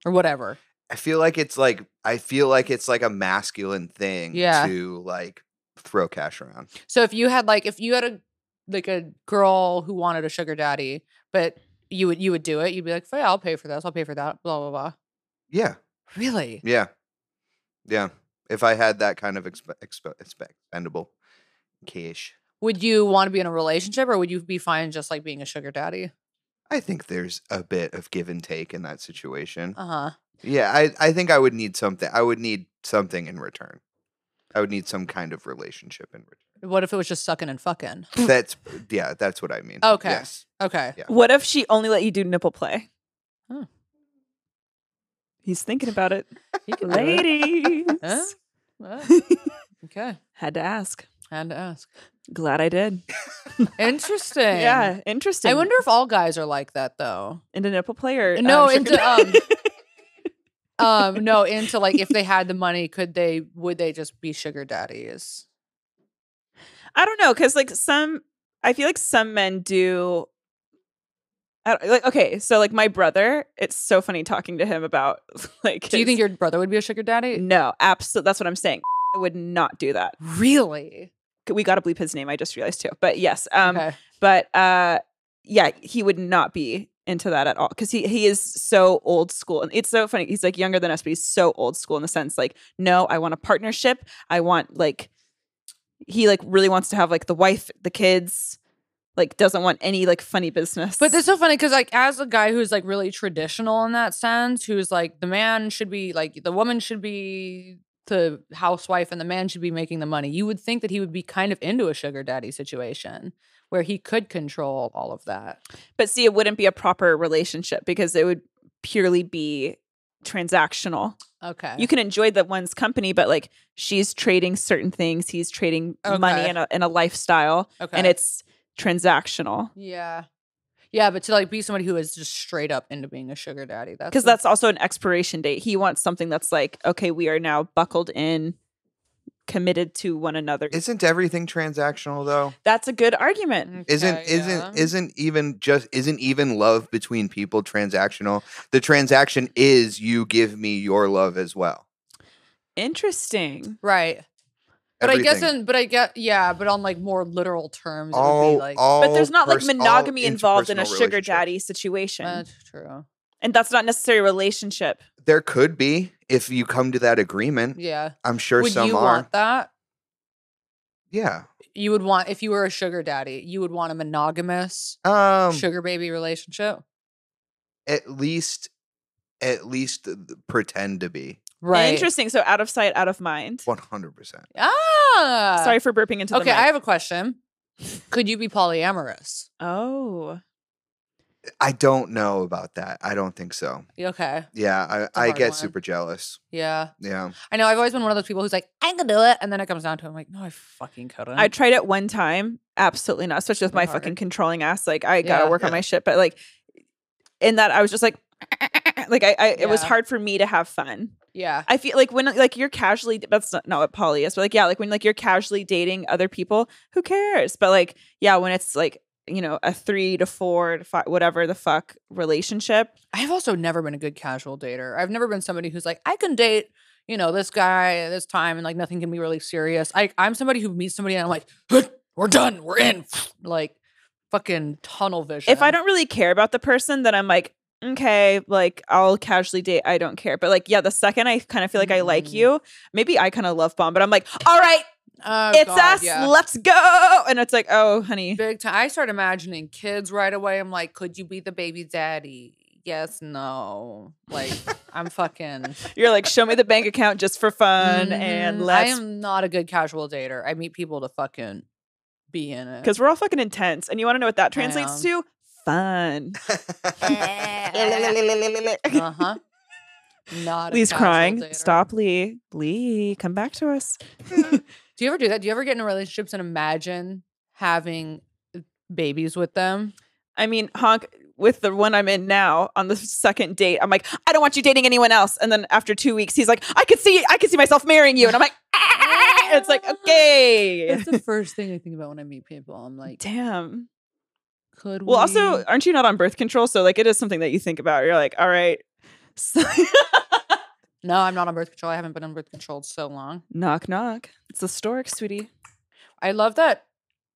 A: or whatever.
C: I feel like it's like I feel like it's like a masculine thing
A: Yeah.
C: to like throw cash around.
A: So if you had like if you had a like a girl who wanted a sugar daddy, but you would you would do it. You'd be like, "Yeah, I'll pay for this. I'll pay for that." Blah blah blah.
C: Yeah,
A: Really?
C: yeah, yeah. If I had that kind of exp- exp- exp- expendable cash,
A: Would you want to be in a relationship, or would you be fine just like being a sugar daddy?
C: I think there's a bit of give and take in that situation.
A: Uh huh.
C: Yeah, I, I think I would need something. I would need something in return. I would need some kind of relationship in return.
A: What if it was just sucking and fucking? [LAUGHS]
C: That's yeah, that's what I mean.
A: Okay.
C: Yes.
A: Okay.
C: Yeah.
B: What if she only let you do nipple play?
A: Huh.
B: He's thinking about it,
A: You can do it.
B: ladies.
A: Huh? Well, okay.
B: Had to ask.
A: Had to ask.
B: Glad I did.
A: Interesting.
B: Yeah, interesting.
A: I wonder if all guys are like that though.
B: into nipple play or
A: No,
B: um, [LAUGHS] sugar
A: into,
B: daddy?
A: Um, no, into like if they had the money, could they would they just be sugar daddies?
B: I don't know, because like some, I feel like some men do. I don't, like okay, so like my brother, it's so funny talking to him about [LAUGHS] like.
A: Do you think
B: his-
A: your brother would be a sugar daddy?
B: No, absolutely. That's what I'm saying. I would not do that.
A: Really?
B: We got to bleep his name. I just realized too. But yes, um,
A: okay.
B: but uh, yeah, he would not be into that at all because he he is so old school and it's so funny. He's like younger than us, but he's so old school in the sense like, no, I want a partnership. I want like he like really wants to have like the wife, the kids, like doesn't want any like funny business.
A: But it's so funny because like as a guy who's like really traditional in that sense, who's like the man should be like the woman should be the housewife and the man should be making the money. You would think that he would be kind of into a sugar daddy situation where he could control all of that.
B: but see, it wouldn't be a proper relationship because it would purely be transactional.
A: Okay.
B: you can enjoy the one's company, but like she's trading certain things, he's trading money
A: Okay.
B: and a, and a lifestyle,
A: okay.
B: and it's transactional.
A: Yeah. Yeah, but to like be somebody who is just straight up into being a sugar daddy. That's
B: Because
A: the-
B: that's also an expiration date. He wants something that's like, okay, we are now buckled in, committed to one another.
C: Isn't everything transactional though?
B: that's a good argument.
C: Isn't
A: Okay,
C: isn't
A: yeah.
C: isn't even just isn't even love between people transactional? The transaction is you give me your love as well.
B: Interesting.
A: right. But I guess
C: Everything.
A: in but I get yeah, but on like more literal terms, it would
C: all,
A: be like
C: all
B: But there's not like
C: pers- all
B: monogamy involved in a
C: interpersonal
B: sugar
C: relationships.
B: daddy situation.
A: that's true.
B: and that's not necessarily a relationship.
C: There could be if you come to that agreement.
A: Yeah.
C: I'm sure
A: would
C: some
A: you
C: are.
A: want that?
C: Yeah.
A: You would want if you were a sugar daddy, you would want a monogamous
C: Um
A: sugar baby relationship.
C: at least at least th- th- pretend to be
A: Right.
B: Interesting. So out of sight, out of mind.
C: 100%.
A: Ah
B: Sorry for burping into
A: Okay,
B: the mic.
A: I have a question. Could you be polyamorous?
B: oh.
C: I don't know about that. I don't think so.
A: Okay.
C: Yeah,
A: a
C: I, I
A: hard
C: get
A: one.
C: super jealous.
A: Yeah.
C: Yeah.
A: I know I've always been one of those people who's like, I can do it. And then it comes down to it, I'm like, no, I fucking couldn't.
B: I tried it one time. Absolutely not. Especially with
A: Really
B: my
A: hard.
B: fucking controlling ass. Like I gotta
A: Yeah.
B: work on
C: Yeah.
B: my shit. But like in that I was just like [CLEARS THROAT] like I, I it was
A: Yeah.
B: hard for me to have fun.
A: yeah.
B: I feel like when like you're casually that's not, not what poly is, but like yeah, like when like you're casually dating other people, who cares? But like, yeah, when it's like, you know, a three to four to five whatever the fuck relationship.
A: I've also never been a good casual dater. I've never been somebody who's like, I can date, you know, this guy at this time and like nothing can be really serious. I I'm somebody who meets somebody and I'm like, "Huh, we're done, we're in. [LAUGHS] Like fucking tunnel vision.
B: If I don't really care about the person, then I'm like, okay, like I'll casually date. I don't care. But like, yeah, the second I kind of feel like I like
A: Mm.
B: you, maybe I kind of love bomb, but I'm like, all right,
A: Oh,
B: it's
A: God,
B: us.
A: yeah.
B: Let's go. And it's like, oh, honey.
A: big time. I start imagining kids right away. I'm like, could you be the baby daddy? Yes, no. Like I'm fucking
B: You're like, show me the bank account just for fun.
A: Mhm.
B: And
A: I
B: let's.
A: am not a good casual dater. I meet people to fucking be in it.
B: Because we're all fucking intense. And you want to know what that translates
A: am.
B: to? Fun. [LAUGHS]
A: uh huh. Not a
B: Lee's
A: casual
B: crying.
A: dater.
B: Stop, Lee. Lee, come back to us.
A: Do you ever do that? Do you ever get into relationships and imagine having babies with them?
B: I mean, honk. with the one I'm in now on the second date. I'm like, I don't want you dating anyone else. And then after two weeks, he's like, I could see, I could see myself marrying you. And I'm like, [LAUGHS] "Ah!" it's like, okay, [LAUGHS]
A: That's the first thing I think about when I meet people. I'm like,
B: damn.
A: could
B: Well, also,
A: we-
B: aren't you not on birth control? So like, it is something that you think about. You're like, all right, [LAUGHS] so-
A: no, I'm not on birth control. I haven't been on birth control in so long.
B: knock knock. It's historic, sweetie.
A: I love that.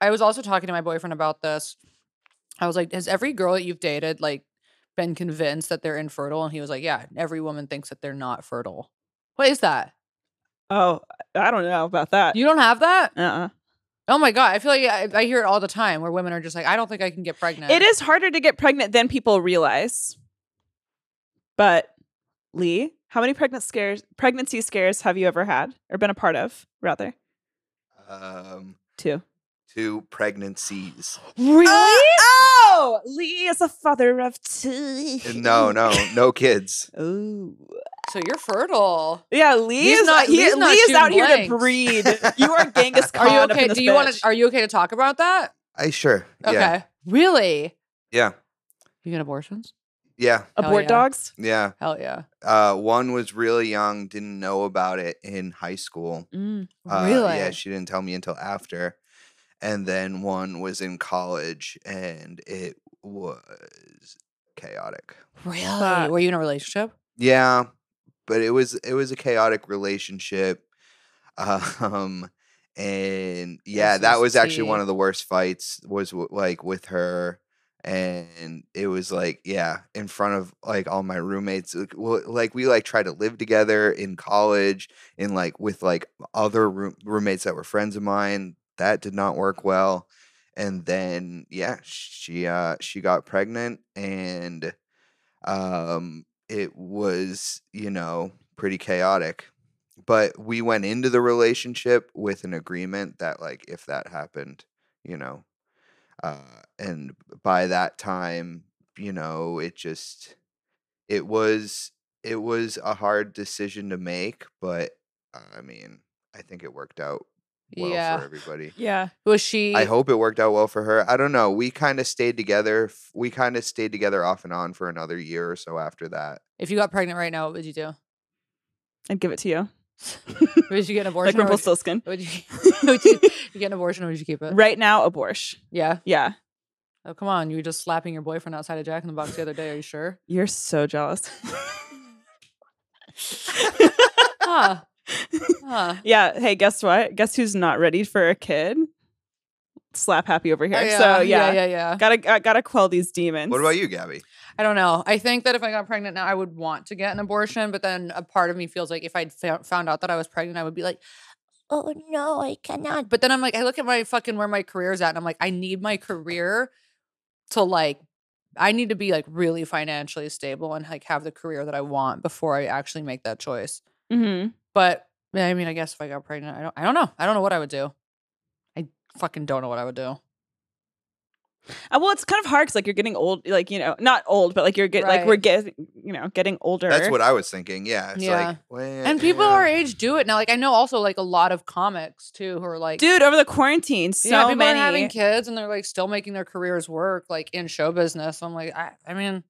A: I was also talking to my boyfriend about this. I was like, has every girl that you've dated like been convinced that they're infertile? And he was like, yeah, every woman thinks that they're not fertile. What is that?
B: Oh, I don't know about that.
A: You don't have that?
B: uh uh
A: Oh my god, I feel like I, I hear it all the time where women are just like, I don't think I can get pregnant.
B: It is harder to get pregnant than people realize. But Lee, how many pregnant scares pregnancy scares have you ever had or been a part of, rather?
C: Um,
B: Two.
C: two pregnancies.
A: really.
B: Oh, Lee is a father of two.
A: [LAUGHS]
C: Uh, No, no, no kids.
B: Oh.
A: so you're fertile.
B: Yeah, Lee
A: He's
B: is
A: not-
B: he-
A: he's not
B: Lee is
A: shooting
B: out here to
A: blanks.
B: breed.
A: [LAUGHS]
B: You are Genghis Khan.
A: Are you
B: up in
A: okay?
B: this
A: Do you want
B: bitch.
A: to? Are you okay to talk about that?
C: I sure.
A: Okay.
C: Yeah.
A: Really?
C: Yeah.
A: You get abortions?
C: Yeah.
A: Hell
B: abort
A: Oh, yeah.
B: dogs?
C: Yeah.
A: Hell yeah.
C: Uh, one was really young, didn't know about it in high school.
A: Mm.
C: Uh,
A: really?
C: Yeah, she didn't tell me until after. And then one was in college and it was chaotic.
A: really?
B: Fuck.
A: Were you in a relationship?
C: Yeah, but it was it was a chaotic relationship. [LAUGHS] Um and yeah,
A: so
C: that was actually one
A: sweet.
C: of the worst fights was w- like with her and it was like yeah, in front of like all my roommates like, well, like we like tried to live together in college and like with like other room- roommates that were friends of mine. That did not work well. And then yeah, she uh she got pregnant and um it was you know pretty chaotic but we went into the relationship with an agreement that like if that happened you know uh and by that time you know it just it was it was a hard decision to make but i mean i think it worked out well for everybody
B: Yeah.
A: Was she?
C: I hope it worked out well for her. I don't know. We kind of stayed together. f- We kind of stayed together off and on for another year or so after that.
A: If you got pregnant right now, what would you
B: [LAUGHS]
A: do?
B: I'd give it to you.
A: Would you get an abortion?
B: like
A: or would, you,
B: Rumpelstiltskin.
A: would, you, [LAUGHS] would
B: [LAUGHS]
A: you, you get an abortion or would you keep it?
B: Right now, abortion.
A: Yeah.
B: Yeah.
A: Oh come on! You were just slapping your boyfriend outside of Jack in the Box the other day. Are you
B: [LAUGHS]
A: sure?
B: You're so jealous. [LAUGHS] [LAUGHS]
A: Huh. Oh, huh.
B: yeah. Hey, guess what? Guess who's not ready for a kid? Slap happy over here.
A: Oh,
B: So
A: yeah,
B: yeah,
A: yeah, yeah.
B: gotta got- gotta quell these demons.
C: What about you, Gabby?
A: I don't know. I think that if I got pregnant now, I would want to get an abortion, but then a part of me feels like if I'd fou- found out that I was pregnant, I would be like, oh no, I cannot. But then I'm like, I look at my fucking where my career's at, and I'm like, I need my career to like, I need to be like really financially stable and like have the career that I want before I actually make that choice.
B: hmm
A: But yeah, I mean, I guess if I got pregnant, I don't, I don't know. I don't know what I would do. I fucking don't know what I would do.
B: Uh, well, it's kind of hard because like you're getting old, like you know, not old, but like you're get like
A: Right.
B: we're getting, you know, getting older.
C: That's what I was thinking. Yeah. It's
A: Yeah.
C: like, well,
A: And people
C: yeah.
A: our age do it now. Like I know also like a lot of comics too who are like,
B: dude over the quarantine. So
A: yeah, people
B: many.
A: are having kids and they're like still making their careers work, like in show business. I'm like, I, I mean,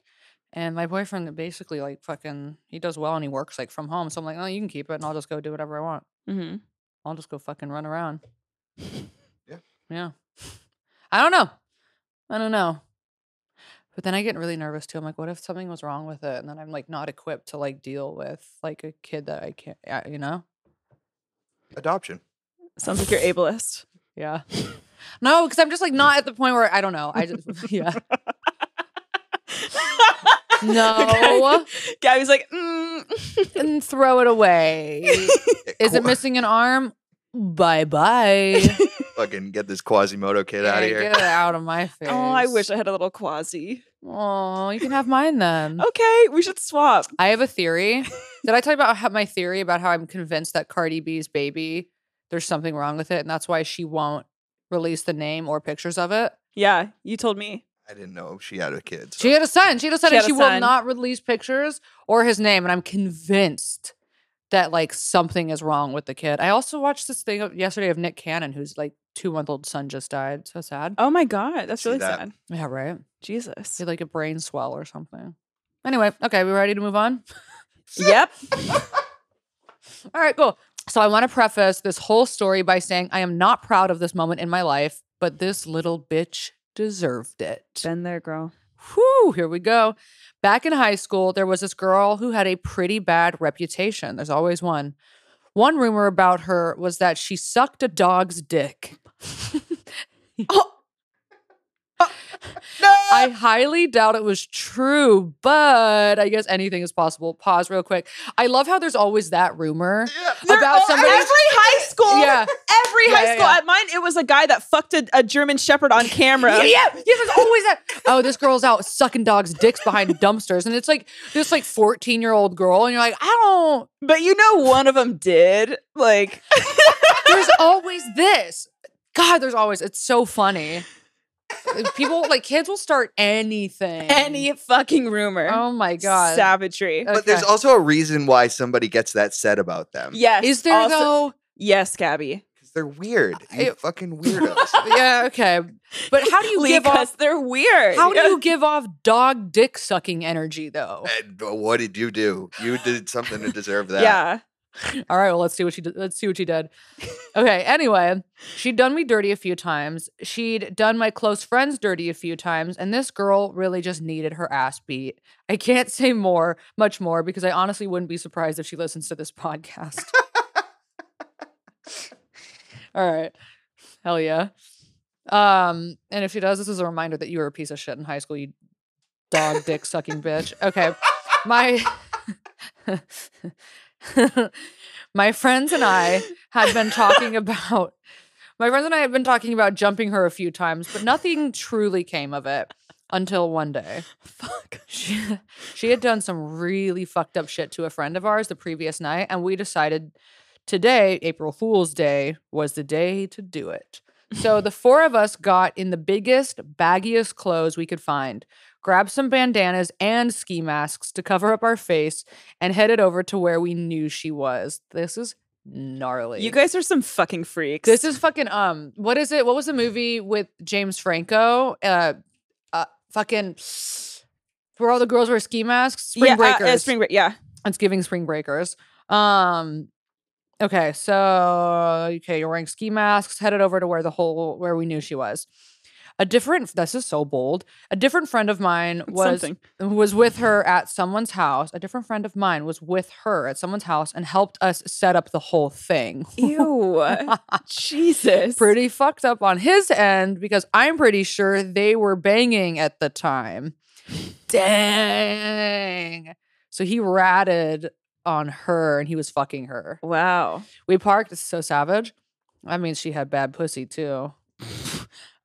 A: and my boyfriend basically like fucking he does well and he works like from home. So I'm like, oh, you can keep it and I'll just go do whatever I want.
B: hmm
A: I'll just go fucking run
B: [LAUGHS]
A: around.
C: Yeah.
A: Yeah. I don't know. I don't know. But then I get really nervous too. I'm like, what if something was wrong with it? And then I'm like not equipped to like deal with like a kid that I can't, yeah, you know?
C: Adoption.
B: Sounds like you're ableist. [LAUGHS]
A: Yeah. No, because I'm just like not at the point where I don't know. I just, [LAUGHS] yeah.
B: [LAUGHS]
A: No.
B: Gabby's like,
A: [LAUGHS]
B: mm. [LAUGHS]
A: and throw it away.
C: Get
A: Is it
C: qua-
A: missing an arm? Bye bye.
C: [LAUGHS] Fucking get this Quasimodo kid out of here.
A: Get it out of [LAUGHS] my face.
B: oh, I wish I had a little quasi.
A: Oh, you can have mine then.
B: Okay, we should swap.
A: I have a theory. Did I talk about how, my theory about how I'm convinced that Cardi B's baby, there's something wrong with it, and that's why she won't release the name or pictures of it?
B: Yeah, you told me.
C: I didn't know she had a kid. so-
A: She had a son. She had a son,
B: She
A: and
B: had a
A: she
B: son.
A: will not release pictures or his name. And I'm convinced that like something is wrong with the kid. I also watched this thing of- yesterday of Nick Cannon, who's like two month old son just died. So sad.
B: Oh my god, that's
C: See
B: really
C: that?
B: sad.
A: Yeah, right.
B: Jesus.
A: He had like a brain swell or something. Anyway, okay, we ready to move on? [LAUGHS]
B: yep.
A: All right, cool. So I want to preface this whole story by saying I am not proud of this moment in my life, but this little bitch deserved it.
B: Been there, girl.
A: Whew, here we go. Back in high school, there was this girl who had a pretty bad reputation. There's always one. One rumor about her was that she sucked a dog's dick. [LAUGHS]
C: No!
A: I highly doubt it was true, but I guess anything is possible. Pause real quick. I love how there's always that rumor.
C: Yeah.
A: About somebody-
B: every high school.
A: Yeah.
B: Every
A: Yeah,
B: high
A: yeah,
B: school.
A: yeah.
B: At mine, it was a guy that fucked a, a German Shepherd on camera.
A: [LAUGHS] Yeah, yeah, yeah. There's always that. Oh, this girl's out sucking dogs' dicks behind dumpsters, and it's like this like 14 year old girl, and you're like, I don't.
B: But you know, one of them did.
A: [LAUGHS]
B: Like,
A: There's always this. God, there's always. It's so funny. Like, People like kids will start anything.
B: any fucking rumor.
A: Oh my god. Um,
B: Savagery.
A: Okay.
C: But there's also a reason why somebody gets that said about them.
B: yes.
A: Is there
B: also-
A: though?
B: Yes, Gabby.
C: Because they're weird. You
A: I-
C: fucking
A: [LAUGHS]
C: weirdos.
A: Yeah. Okay. But how do
B: [LAUGHS]
A: you give
B: Because
A: off?
B: they're weird.
A: How do you give off dog dick sucking energy though?
C: and what did you do? You did something to deserve
B: [LAUGHS]
C: that.
B: Yeah.
A: All right, well, let's see what she did. Let's see what she did. Okay, anyway, she'd done me dirty a few times. She'd done my close friends dirty a few times, and this girl really just needed her ass beat. I can't say more, much more, because I honestly wouldn't be surprised if she listens to this podcast. All right. Hell yeah. Um, and if she does, this is a reminder that you were a piece of shit in high school, you dog dick sucking bitch. Okay. My [LAUGHS] my friends and I had been talking about my friends and I had been talking about jumping her a few times, but nothing truly came of it until one day. Fuck. [LAUGHS] She, she had done some really fucked up shit to a friend of ours the previous night, and we decided today, April Fool's Day, was the day to do it. So the four of us got in the biggest, baggiest clothes we could find, grabbed some bandanas and ski masks to cover up our face, and headed over to where we knew she was. This is gnarly.
B: You guys are some fucking freaks.
A: This is fucking um. What is it? What was the movie with James Franco? Uh, uh fucking. Where all the girls wear ski masks. Spring
B: yeah, uh, uh,
A: breakers.
B: spring break. Yeah.
A: It's giving spring breakers. Um. Okay, so okay, you're wearing ski masks. Headed over to where the whole where we knew she was. A different. This is so bold. A different friend of mine was [LAUGHS]
B: Something.
A: was with her at someone's house. A different friend of mine was with her at someone's house and helped us set up the whole thing.
B: Ew. [LAUGHS] Jesus.
A: pretty fucked up on his end because I'm pretty sure they were banging at the time. Dang. So he ratted on her and he was fucking her.
B: Wow.
A: We parked it's so savage. I mean, she had bad pussy too.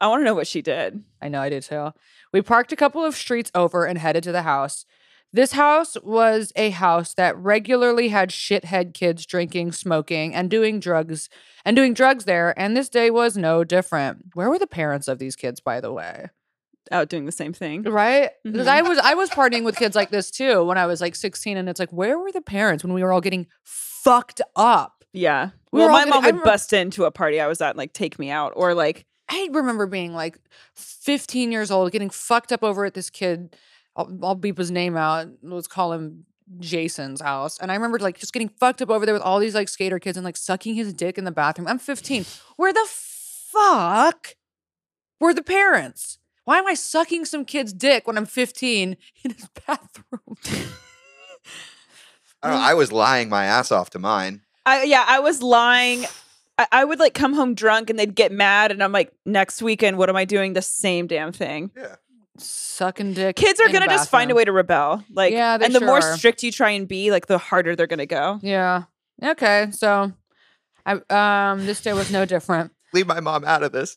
B: I want to know what she did.
A: I know I do too. We parked a couple of streets over and headed to the house. This house was a house that regularly had shithead kids drinking, smoking, and doing drugs and doing drugs there, and this day was no different. Where were the parents of these kids, by the way?
B: Out doing the same thing.
A: Right? 'Cause
B: Mhm.
A: I was I was partying with kids like this too when I was like 16, and it's like, where were the parents when we were all getting fucked up?
B: Yeah.
A: We
B: well,
A: were all
B: my
A: gonna-
B: mom
A: I
B: would
A: remember-
B: bust into a party I was at and like take me out or like
A: I remember being like 15 years old, getting fucked up over at this kid. I'll, I'll beep his name out. Let's call him Jason's house. And I remember like just getting fucked up over there with all these like skater kids and like sucking his dick in the bathroom. I'm 15. Where the fuck were the parents? Why am I sucking some kid's dick when I'm 15 [LAUGHS] in his bathroom?
C: I, don't know, I was lying my ass off to mine.
B: I yeah, I was lying. I, I would like come home drunk and they'd get mad and I'm like, next weekend, what am I doing? The same damn thing.
A: Sucking dick.
B: Kids are
A: in a
B: gonna just find a
A: bathroom.
B: way to rebel. Like
A: Yeah, they
B: and the more
A: sure are.
B: strict you try and be, like the harder they're gonna go.
A: Yeah. Okay. So I um this day was no different.
C: Leave my mom out of this.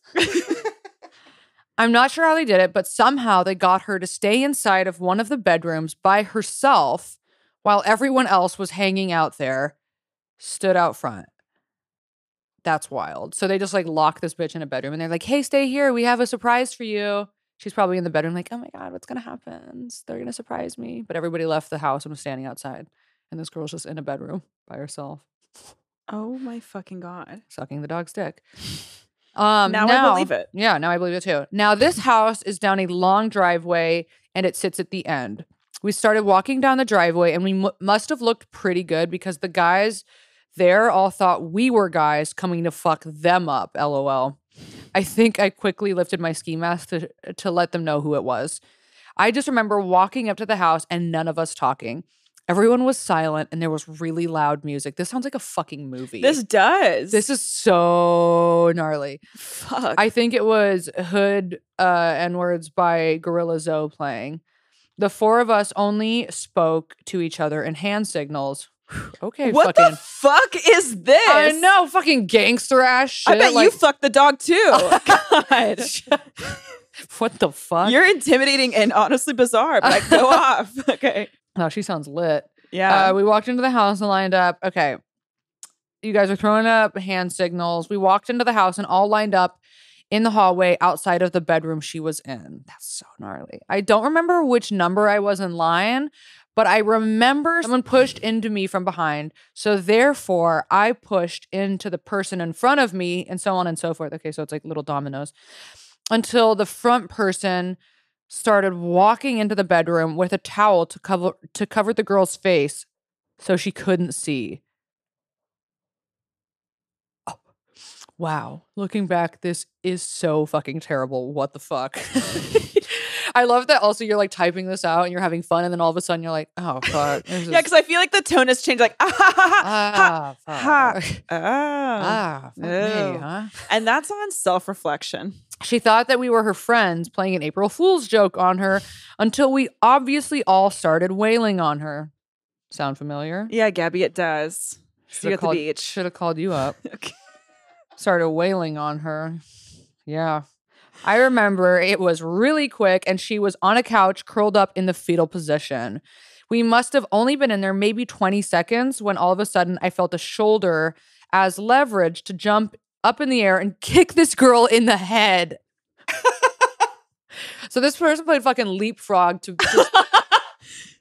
A: I'm not sure how they did it, but somehow they got her to stay inside of one of the bedrooms by herself while everyone else was hanging out there, stood out front. That's wild. So they just like lock this bitch in a bedroom and they're like, hey, stay here. We have a surprise for you. She's probably in the bedroom, like, oh my God, what's going to happen? They're going to surprise me. But everybody left the house and was standing outside. And this girl's just in a bedroom by herself
B: Oh my fucking god. [LAUGHS]
A: sucking the dog's dick. Um,
B: now, I believe it.
A: Yeah, now I believe it too. Now, this house is down a long driveway and it sits at the end. We started walking down the driveway and we mu must have looked pretty good because the guys there all thought we were guys coming to fuck them up, lol. I think I quickly lifted my ski mask to, to let them know who it was. I just remember walking up to the house and none of us talking. Everyone was silent and there was really loud music. This sounds like a fucking movie.
B: This does.
A: this is so gnarly.
B: fuck.
A: I think it was Hood uh, and Words by Gorilla Zoe playing. The four of us only spoke to each other in hand signals. Okay,
B: what
A: fucking.
B: the fuck is this?
A: I know, fucking gangster ass shit.
B: I bet you
A: like, Oh
B: fucked the
A: [LAUGHS]
B: dog too. [LAUGHS] God,
A: what the fuck?
B: you're intimidating and honestly bizarre.
A: [LAUGHS]
B: But like, go off. [LAUGHS] Okay.
A: oh, she sounds lit.
B: Yeah.
A: Uh, we walked into the house and lined up. Okay. You guys are throwing up hand signals. We walked into the house and all lined up in the hallway outside of the bedroom she was in. That's so gnarly. I don't remember which number I was in line, but I remember someone pushed into me from behind. So therefore, I pushed into the person in front of me and so on and so forth. Okay, so it's like little dominoes until the front person started walking into the bedroom with a towel to cover to cover the girl's face so she couldn't see. Oh, Wow, looking back, this is so fucking terrible. What the fuck? [LAUGHS] I love that. Also, you're like typing this out and you're having fun, and then all of a sudden you're like, "Oh fuck!" this
B: yeah,
A: is-
B: because I feel like the tone has changed. Like, [LAUGHS] ah, ha, ha, ha,
A: ah, fuck.
B: ha. Ah.
A: [LAUGHS] ah, fuck me,
B: ew.
A: huh?
B: and that's on self reflection.
A: She thought that we were her friends playing an April Fool's joke on her until we obviously all started wailing on her. Sound familiar?
B: Yeah, Gabby, it does. See you at the beach.
A: Should have called you up.
B: [LAUGHS] Okay.
A: Started wailing on her. Yeah. I remember it was really quick and she was on a couch curled up in the fetal position. We must have only been in there maybe 20 seconds when all of a sudden I felt a shoulder as leverage to jump up in the air and kick this girl in the
B: [LAUGHS]
A: head. so this person played fucking leapfrog to just
B: [LAUGHS]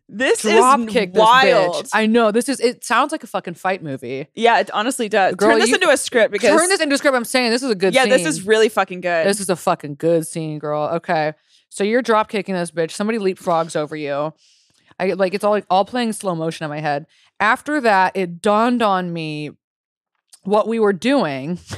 B: This
A: drop
B: is
A: kick this
B: wild.
A: bitch. I know this is it sounds like a fucking fight movie.
B: yeah, it honestly does.
A: Girl,
B: Turn this
A: you-
B: into a script because
A: Turn this into a script. I'm saying this is a good
B: yeah,
A: scene.
B: this is really fucking good.
A: This is a fucking good scene, girl. Okay. So you're drop kicking this bitch. Somebody leapfrogs over you. I like it's all like all playing slow motion in my head. After that, it dawned on me what we were doing. [LAUGHS]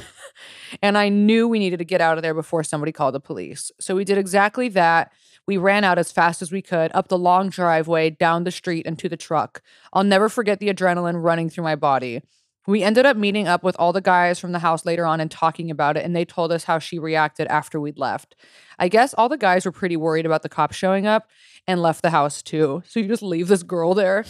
A: And I knew we needed to get out of there before somebody called the police. So we did exactly that. We ran out as fast as we could, up the long driveway, down the street, and to the truck. I'll never forget the adrenaline running through my body. We ended up meeting up with all the guys from the house later on and talking about it, and they told us how she reacted after we'd left. I guess all the guys were pretty worried about the cops showing up and left the house too. So you just leave this girl there.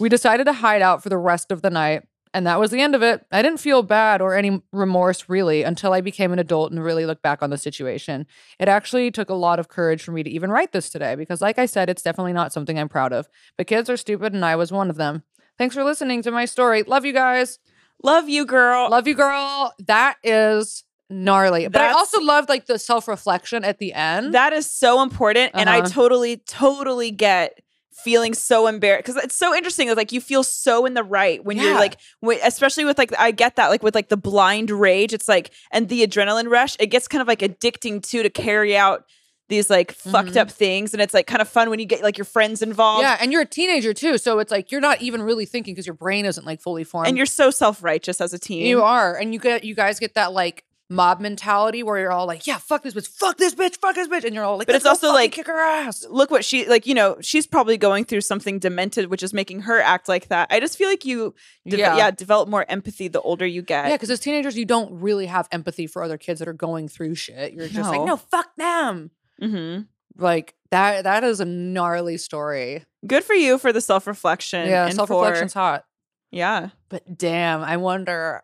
A: We decided to hide out for the rest of the night, and that was the end of it. I didn't feel bad or any remorse really until I became an adult and really looked back on the situation. It actually took a lot of courage for me to even write this today because, like I said, it's definitely not something I'm proud of. But kids are stupid, and I was one of them. Thanks for listening to my story. Love you guys.
B: Love you, [LAUGHS] girl.
A: Love you, girl. That is gnarly. but I
B: That's-
A: also love like the self reflection at the end.
B: That is so important. And I
A: Mm-hmm. Uh-huh.
B: totally, totally get feeling so embarrassed because it's so interesting. Like you feel so in the right when you're
A: Yeah.
B: like, when, especially with like, I get that, like with like the blind rage, it's like, and the adrenaline rush, it gets kind of like addicting too to carry out these like fucked
A: Mhm.
B: up things. And it's like kind of fun when you get like your friends involved.
A: yeah, and you're a teenager too, so it's like you're not even really thinking because your brain isn't like fully formed.
B: And you're so self righteous as a team.
A: you are, and you get you guys get that like mob mentality where you're all like, yeah, fuck this bitch, fuck this bitch, fuck this bitch, and you're all like,
B: But it's
A: "Let's go
B: also,
A: fucking
B: like-
A: kick her ass.
B: look what she like you know she's probably going through something demented which is making her act like that i just feel like you de- yeah.
A: Yeah.
B: develop more empathy the older you get
A: Yeah, because as teenagers, you don't really have empathy for other kids that are going through shit. You're just like,
B: No.
A: no, fuck them.
B: hmm
A: Like that. That is a gnarly story.
B: good for you for the self-reflection
A: yeah,
B: and
A: self reflection's
B: for,
A: hot.
B: yeah
A: But damn, I wonder.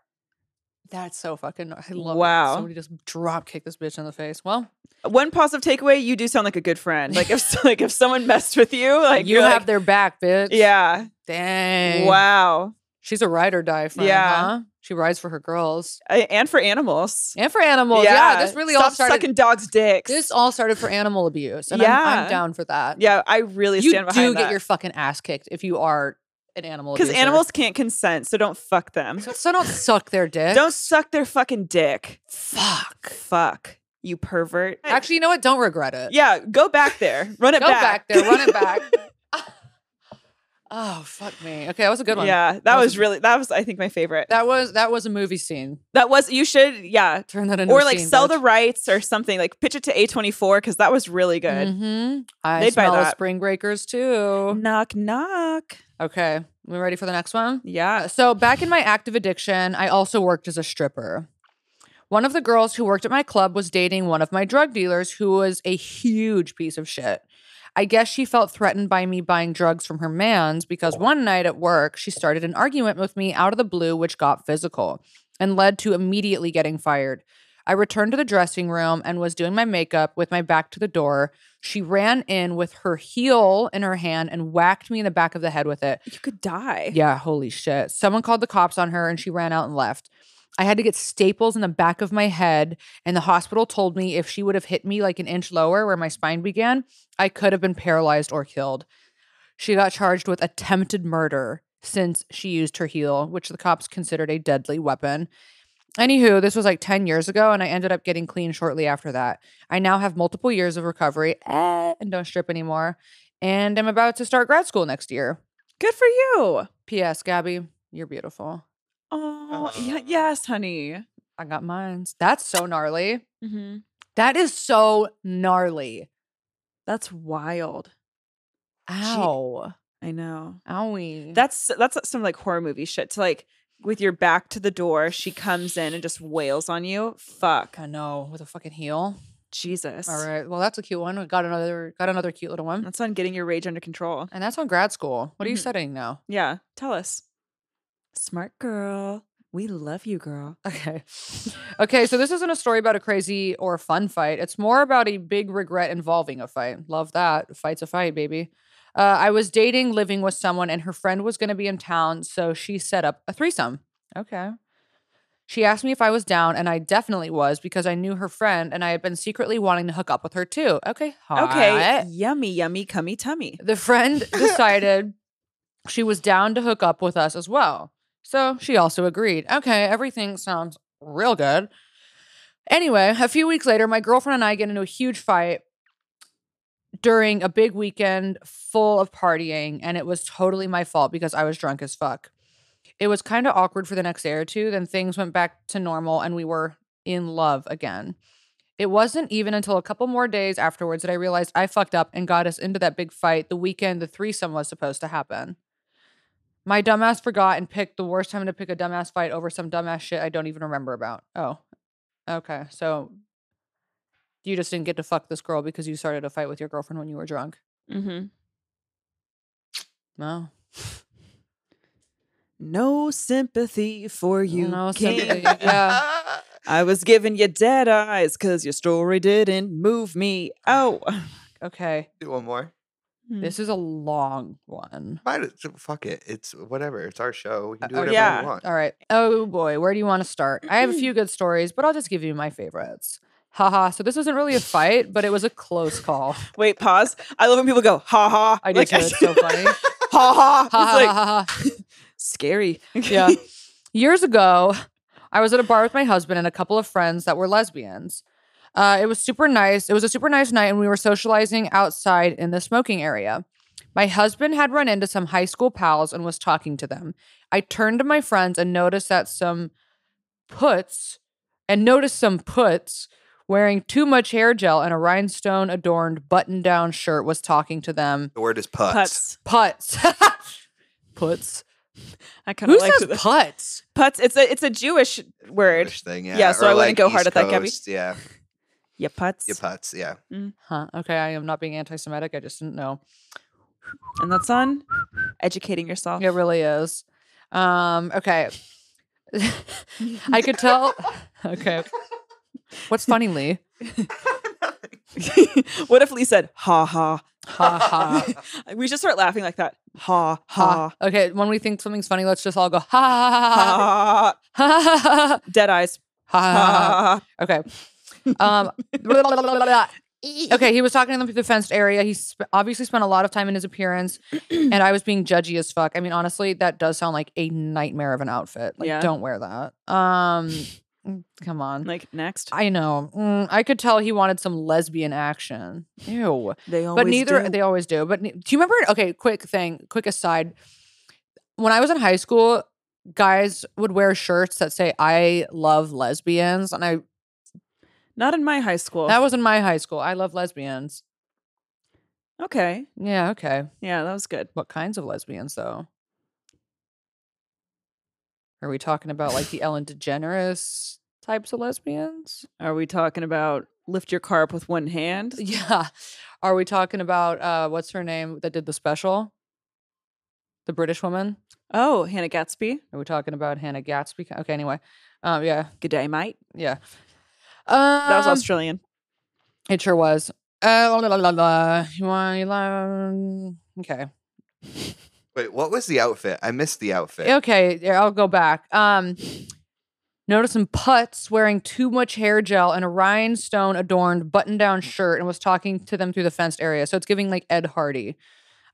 A: That's so fucking. I love. Wow.
B: Wow.
A: Somebody just drop kick this bitch in the face. Well,
B: one positive takeaway you do sound like a good friend like if [LAUGHS] like if someone messed with you [LAUGHS] like
A: you
B: you're
A: have
B: like,
A: their back, bitch.
B: yeah
A: Dang.
B: wow
A: She's a ride or die friend.
B: Yeah.
A: Huh? She rides for her girls
B: A- and for animals
A: and for animals. Yeah. this really
B: Stop
A: all started.
B: sucking dogs dicks
A: This all started for animal abuse, and I'm, I'm
B: Yeah.
A: down for that.
B: yeah i really
A: You
B: stand behind
A: do
B: that.
A: get your fucking ass kicked if you are an animal
B: Because
A: abuser.
B: animals can't consent, so don't fuck them.
A: So, so don't suck their dick.
B: Don't suck their fucking dick.
A: fuck.
B: Fuck you, pervert.
A: Actually, you know what? Don't regret it.
B: yeah, go back there. Run it
A: Go back.
B: back.
A: there. Run it
B: [LAUGHS]
A: back. oh fuck me. Okay, that was a
B: [LAUGHS]
A: good one.
B: Yeah, that
A: That was
B: was
A: a-
B: really that was I think my favorite. That,
A: That was that was a movie scene.
B: was you should yeah
A: Turn that into
B: or
A: a
B: like
A: scene,
B: sell the
A: bitch.
B: rights or something like pitch it to A twenty four because that was really good.
A: Mhm. I
B: They'd buy
A: smell the
B: that. Mm-hmm.
A: Spring Breakers too.
B: Knock knock.
A: Okay, we ready for the next one?
B: Yeah.
A: So, back in my active addiction, I also worked as a stripper. One of the girls who worked at my club was dating one of my drug dealers who was a huge piece of shit. I guess she felt threatened by me buying drugs from her mans because one night at work, she started an argument with me out of the blue, which got physical and led to immediately getting fired. I returned to the dressing room and was doing my makeup with my back to the door. She ran in with her heel in her hand and whacked me in the back of the head with it.
B: You could die.
A: Yeah, holy shit. Someone called the cops on her and she ran out and left. I had to get staples in the back of my head, and the hospital told me if she would have hit me like an inch lower where my spine began, I could have been paralyzed or killed. She got charged with attempted murder since she used her heel, which the cops considered a deadly weapon. Anywho, this was like 10 years ago, and I ended up getting clean shortly after that. I now have multiple years of recovery eh, and don't strip anymore. And I'm about to start grad school next year.
B: Good for you.
A: P.S. Gabby, you're beautiful.
B: Oh yeah,
C: Aw.
B: yes, honey.
A: I got mines. That's so gnarly.
B: Mm-hmm.
A: That is so gnarly.
B: That's wild.
A: Ow.
B: I know.
A: Owie.
B: That's that's some like horror movie shit. To like with your back to the door, she comes in and just wails on you. Fuck.
A: I know with a fucking heel.
B: Jesus.
A: All right. Well, that's a cute one. We got another got another cute little one.
B: That's on getting your rage under control.
A: And that's on grad school. What are you
B: Mhm.
A: studying now?
B: Yeah. Tell us. Smart girl. We love you, girl.
A: Okay. Okay, so this isn't a story about a crazy or a fun fight. It's more about a big regret involving a fight. Love that. A fight's a fight, baby. Uh, I was dating, living with someone, and her friend was going to be in town, so she set up a threesome. Okay. She asked me if I was down, and I definitely was because I knew her friend and I had been secretly wanting to hook up with her too. Okay. Hot.
B: Okay. Yummy, yummy, cummy tummy.
A: [LAUGHS] The friend decided she was down to hook up with us as well. So she also agreed. Okay, everything sounds real good. Anyway, a few weeks later, my girlfriend and I get into a huge fight during a big weekend full of partying, and it was totally my fault because I was drunk as fuck. It was kind of awkward for the next day or two, then things went back to normal and we were in love again. It wasn't even until a couple more days afterwards that I realized I fucked up and got us into that big fight the weekend the threesome was supposed to happen. My dumbass forgot and picked the worst time to pick a dumbass fight over some dumbass shit I don't even remember about. Oh, okay. So you just didn't get to fuck this girl because you started a fight with your girlfriend when you were drunk.
B: Mm-hmm.
A: No.
B: No sympathy for you.
A: no
B: King.
A: sympathy. yeah.
B: [LAUGHS] I was giving you dead eyes because your story didn't move me. Oh. [LAUGHS]
A: Okay.
C: [LAUGHS] Do one more.
B: Hmm.
A: This is a long one.
C: Might as- fuck it. It's whatever. It's our show. We can do
A: Oh,
C: whatever
B: yeah.
C: we want.
A: All right. Oh boy, where do you want to start? I have a few good stories, but I'll just give you my favorites. Haha. So this isn't really a fight, but it was a close call.
B: Wait, pause. I love when people go, ha ha.
A: I do
B: Like, [LAUGHS]
A: too. It's so funny. Ha
B: ha ha. It's
A: ha,
B: like
A: ha, ha, ha.
B: scary.
A: yeah. [LAUGHS] Years ago, I was at a bar with my husband and a couple of friends that were lesbians. Uh, it was super nice. It was a super nice night, and we were socializing outside in the smoking area. My husband had run into some high school pals and was talking to them. I turned to my friends and noticed that some puts and noticed some puts wearing too much hair gel and a rhinestone adorned button down shirt was talking to them.
C: The word is putz.
B: Putz.
A: [LAUGHS] Puts. puts.
B: I kind
A: Who
B: of like
A: says
B: the
A: puts?
B: putz. It's a it's a Jewish word.
C: British thing. Yeah.
B: Yeah, so
C: or
B: I wouldn't
C: like
B: go hard
C: East
B: at that, Gabby.
C: Coast, Yeah.
B: Yeah, putz.
C: Your putz. Yeah.
A: Huh. Okay. I am not being anti Semitic. I just didn't know.
B: And that's on educating yourself. [LAUGHS]
A: It really is. Um, okay. I could tell. Okay. What's funny, Lee?
B: what if Lee said ha ha?
A: Ha ha.
B: [LAUGHS] We should start laughing like that. Ha ha
A: Ha. Okay. When we think something's funny, let's just all go ha ha
B: ha.
A: ha ha ha ha ha
B: Dead eyes.
A: [LAUGHS] ha ha ha.
B: Ha.
A: Okay. Um, Okay, he was talking to them through the fenced area. He sp- obviously spent a lot of time in his [CLEARS THROAT] appearance, and I was being judgy as fuck. I mean, honestly, that does sound like a nightmare of an outfit. Like,
B: Yeah.
A: don't wear that. [LAUGHS] Um, come on.
B: Like next,
A: I know. Mm, I could tell he wanted some lesbian action. Ew.
B: they
A: but neither they always do. But ne- do you remember? Okay, quick thing, quick aside. When I was in high school, guys would wear shirts that say "I love lesbians," and I
B: Not in my high
A: [LAUGHS]
B: school.
A: that was in my high school. I love lesbians.
B: okay.
A: Yeah. Okay.
B: Yeah, that was good.
A: What kinds of lesbians, though? Are we talking about [LAUGHS] like the Ellen DeGeneres types of lesbians?
B: Are we talking about lift your car up with one hand?
A: [LAUGHS] Yeah. Are we talking about uh, what's her name that did the special? The British woman.
B: Oh, Hannah Gatsby.
A: Are we talking about Hannah Gatsby? Okay. Anyway. Um. Yeah.
B: Good day, mate.
A: Yeah.
B: That was
A: Um,
B: Australian.
A: It sure was. Uh, la, la, la, la. You want you love- Okay.
C: Wait, what was the outfit? I missed the outfit.
A: Okay, yeah, I'll go back. Um, noticing Putz wearing too much hair gel and a rhinestone adorned button down shirt and was talking to them through the fenced area. So it's giving like Ed Hardy.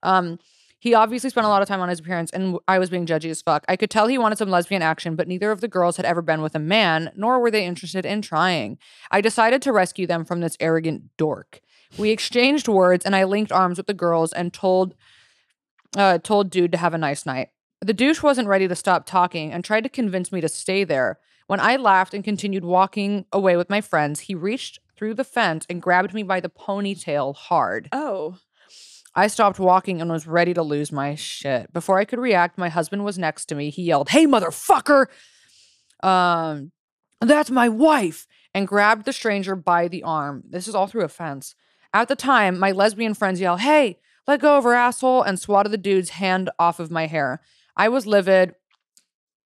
A: Um, he obviously spent a lot of time on his appearance, and w- I was being judgy as fuck. I could tell he wanted some lesbian action, but neither of the girls had ever been with a man, nor were they interested in trying. I decided to rescue them from this arrogant dork. We exchanged words, and I linked arms with the girls and told uh, told dude to have a nice night. The douche wasn't ready to stop talking and tried to convince me to stay there. When I laughed and continued walking away with my friends, he reached through the fence and grabbed me by the ponytail hard.
B: Oh,
A: I stopped walking and was ready to lose my shit. Before I could react, my husband was next to me. He yelled, "Hey, motherfucker! Um, that's my wife!" and grabbed the stranger by the arm. This is all through a fence. At the time, my lesbian friends yelled, "Hey, let go of her asshole!" and swatted the dude's hand off of my hair. I was livid.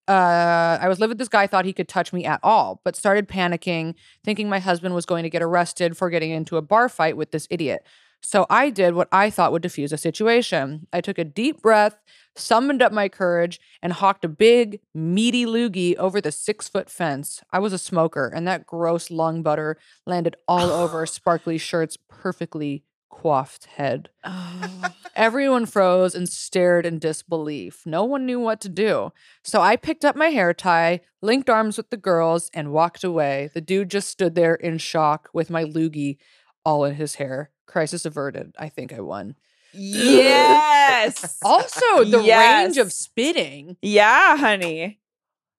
A: Uh, I was livid. This guy thought he could touch me at all, but started panicking, thinking my husband was going to get arrested for getting into a bar fight with this idiot. So I did what I thought would defuse a situation. I took a deep breath, summoned up my courage, and hawked a big, meaty loogie over the six foot fence. I was a smoker, and that gross lung butter landed all over Sparkly Shirt's perfectly coiffed head.
B: [LAUGHS] oh.
A: Everyone froze and stared in disbelief. No one knew what to do. So I picked up my hair tie, linked arms with the girls, and walked away. The dude just stood there in shock with my loogie all in his hair. Crisis averted. I think I won.
B: yes. [LAUGHS]
A: Also, the range of
B: Yes.
A: spitting.
B: yeah, honey.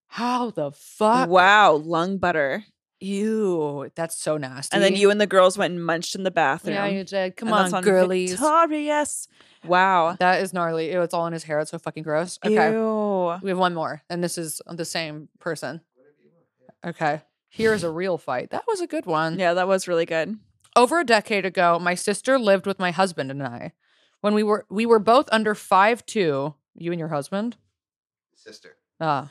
A: How the fuck?
B: Wow, lung butter.
A: Ew, that's so nasty.
B: And then you and the girls went and munched in the bathroom.
A: Yeah, you did. Come
B: And that's
A: on, girlies.
B: Victorious. Wow.
A: That is gnarly. Ew, it's all in his hair. It's so fucking gross. Okay.
B: Ew.
A: We have one more, and this is the same person. Okay. Here's a real fight. That was a good one.
B: Mm. Yeah, that was really good.
A: Over a decade ago, my sister lived with my husband and I. When we were we were both under five two, you and your husband.
C: Sister.
A: Ah.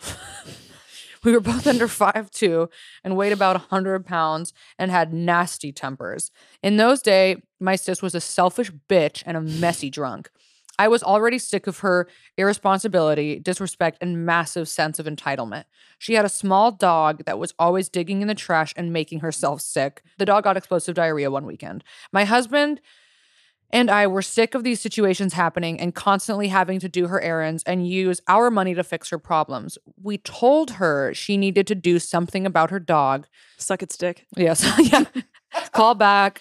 A: [LAUGHS] we were both under five two and weighed about 100 pounds and had nasty tempers. In those days, my sis was a selfish bitch and a messy drunk. I was already sick of her irresponsibility, disrespect, and massive sense of entitlement. She had a small dog that was always digging in the trash and making herself sick. The dog got explosive diarrhea one weekend. My husband and I were sick of these situations happening and constantly having to do her errands and use our money to fix her problems. We told her she needed to do something about her dog.
B: Suck its dick.
A: Yes, [LAUGHS] yeah. Call back,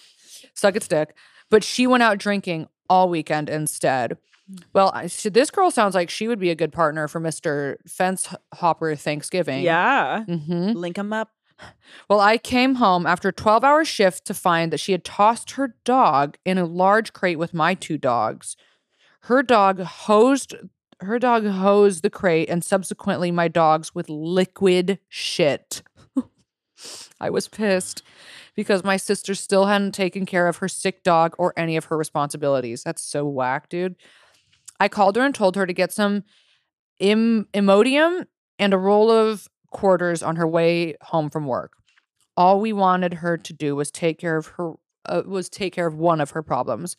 A: suck its dick. But she went out drinking all weekend instead. Well, I, so this girl sounds like she would be a good partner for Mr. Fence Hopper Thanksgiving.
B: Yeah.
A: hmm
B: Link them up.
A: well, I came home after a 12 hour shift to find that she had tossed her dog in a large crate with my two dogs. Her dog hosed her dog hosed the crate and subsequently my dogs with liquid shit. [LAUGHS] I was pissed because my sister still hadn't taken care of her sick dog or any of her responsibilities. That's so whack, dude. I called her and told her to get some Im- Imodium and a roll of quarters on her way home from work. All we wanted her to do was take care of her uh, was take care of one of her problems.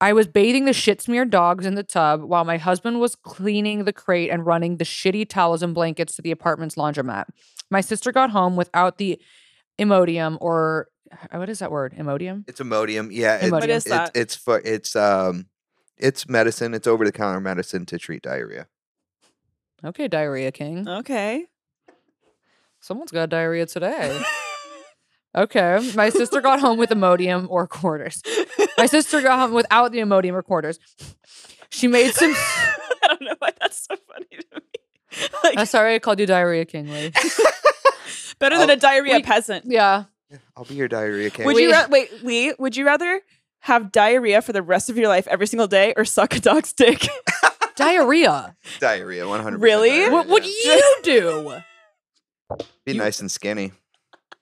A: I was bathing the shit smeared dogs in the tub while my husband was cleaning the crate and running the shitty towels and blankets to the apartment's laundromat. My sister got home without the Imodium or what is that word? Imodium?
C: It's Imodium. Yeah. it-
A: Imodium. What
B: is
C: it-
B: that?
C: it's for it's um it's medicine. It's over the counter medicine to treat diarrhea.
A: Okay, diarrhea king.
B: Okay.
A: Someone's got diarrhea
B: [LAUGHS]
A: today. Okay. My sister got home with Imodium or quarters. My sister got home without the Imodium or quarters. She made
B: [LAUGHS]
A: some.
B: I don't know why that's so funny to me. [LAUGHS] Like
A: I'm Uh, sorry I called you Diarrhea King. Lee.
B: better than
C: Oh,
B: a diarrhea
A: wait.
B: peasant.
A: Yeah.
C: Yeah, I'll be your diarrhea king.
B: Would
A: We-
B: you ra- wait, Lee? Would you rather have diarrhea for the rest of your life every single day, or suck a dog's dick? [LAUGHS]
A: Diarrhea.
C: diarrhea, one hundred.
B: Really?
A: What would you do?
C: be nice and skinny?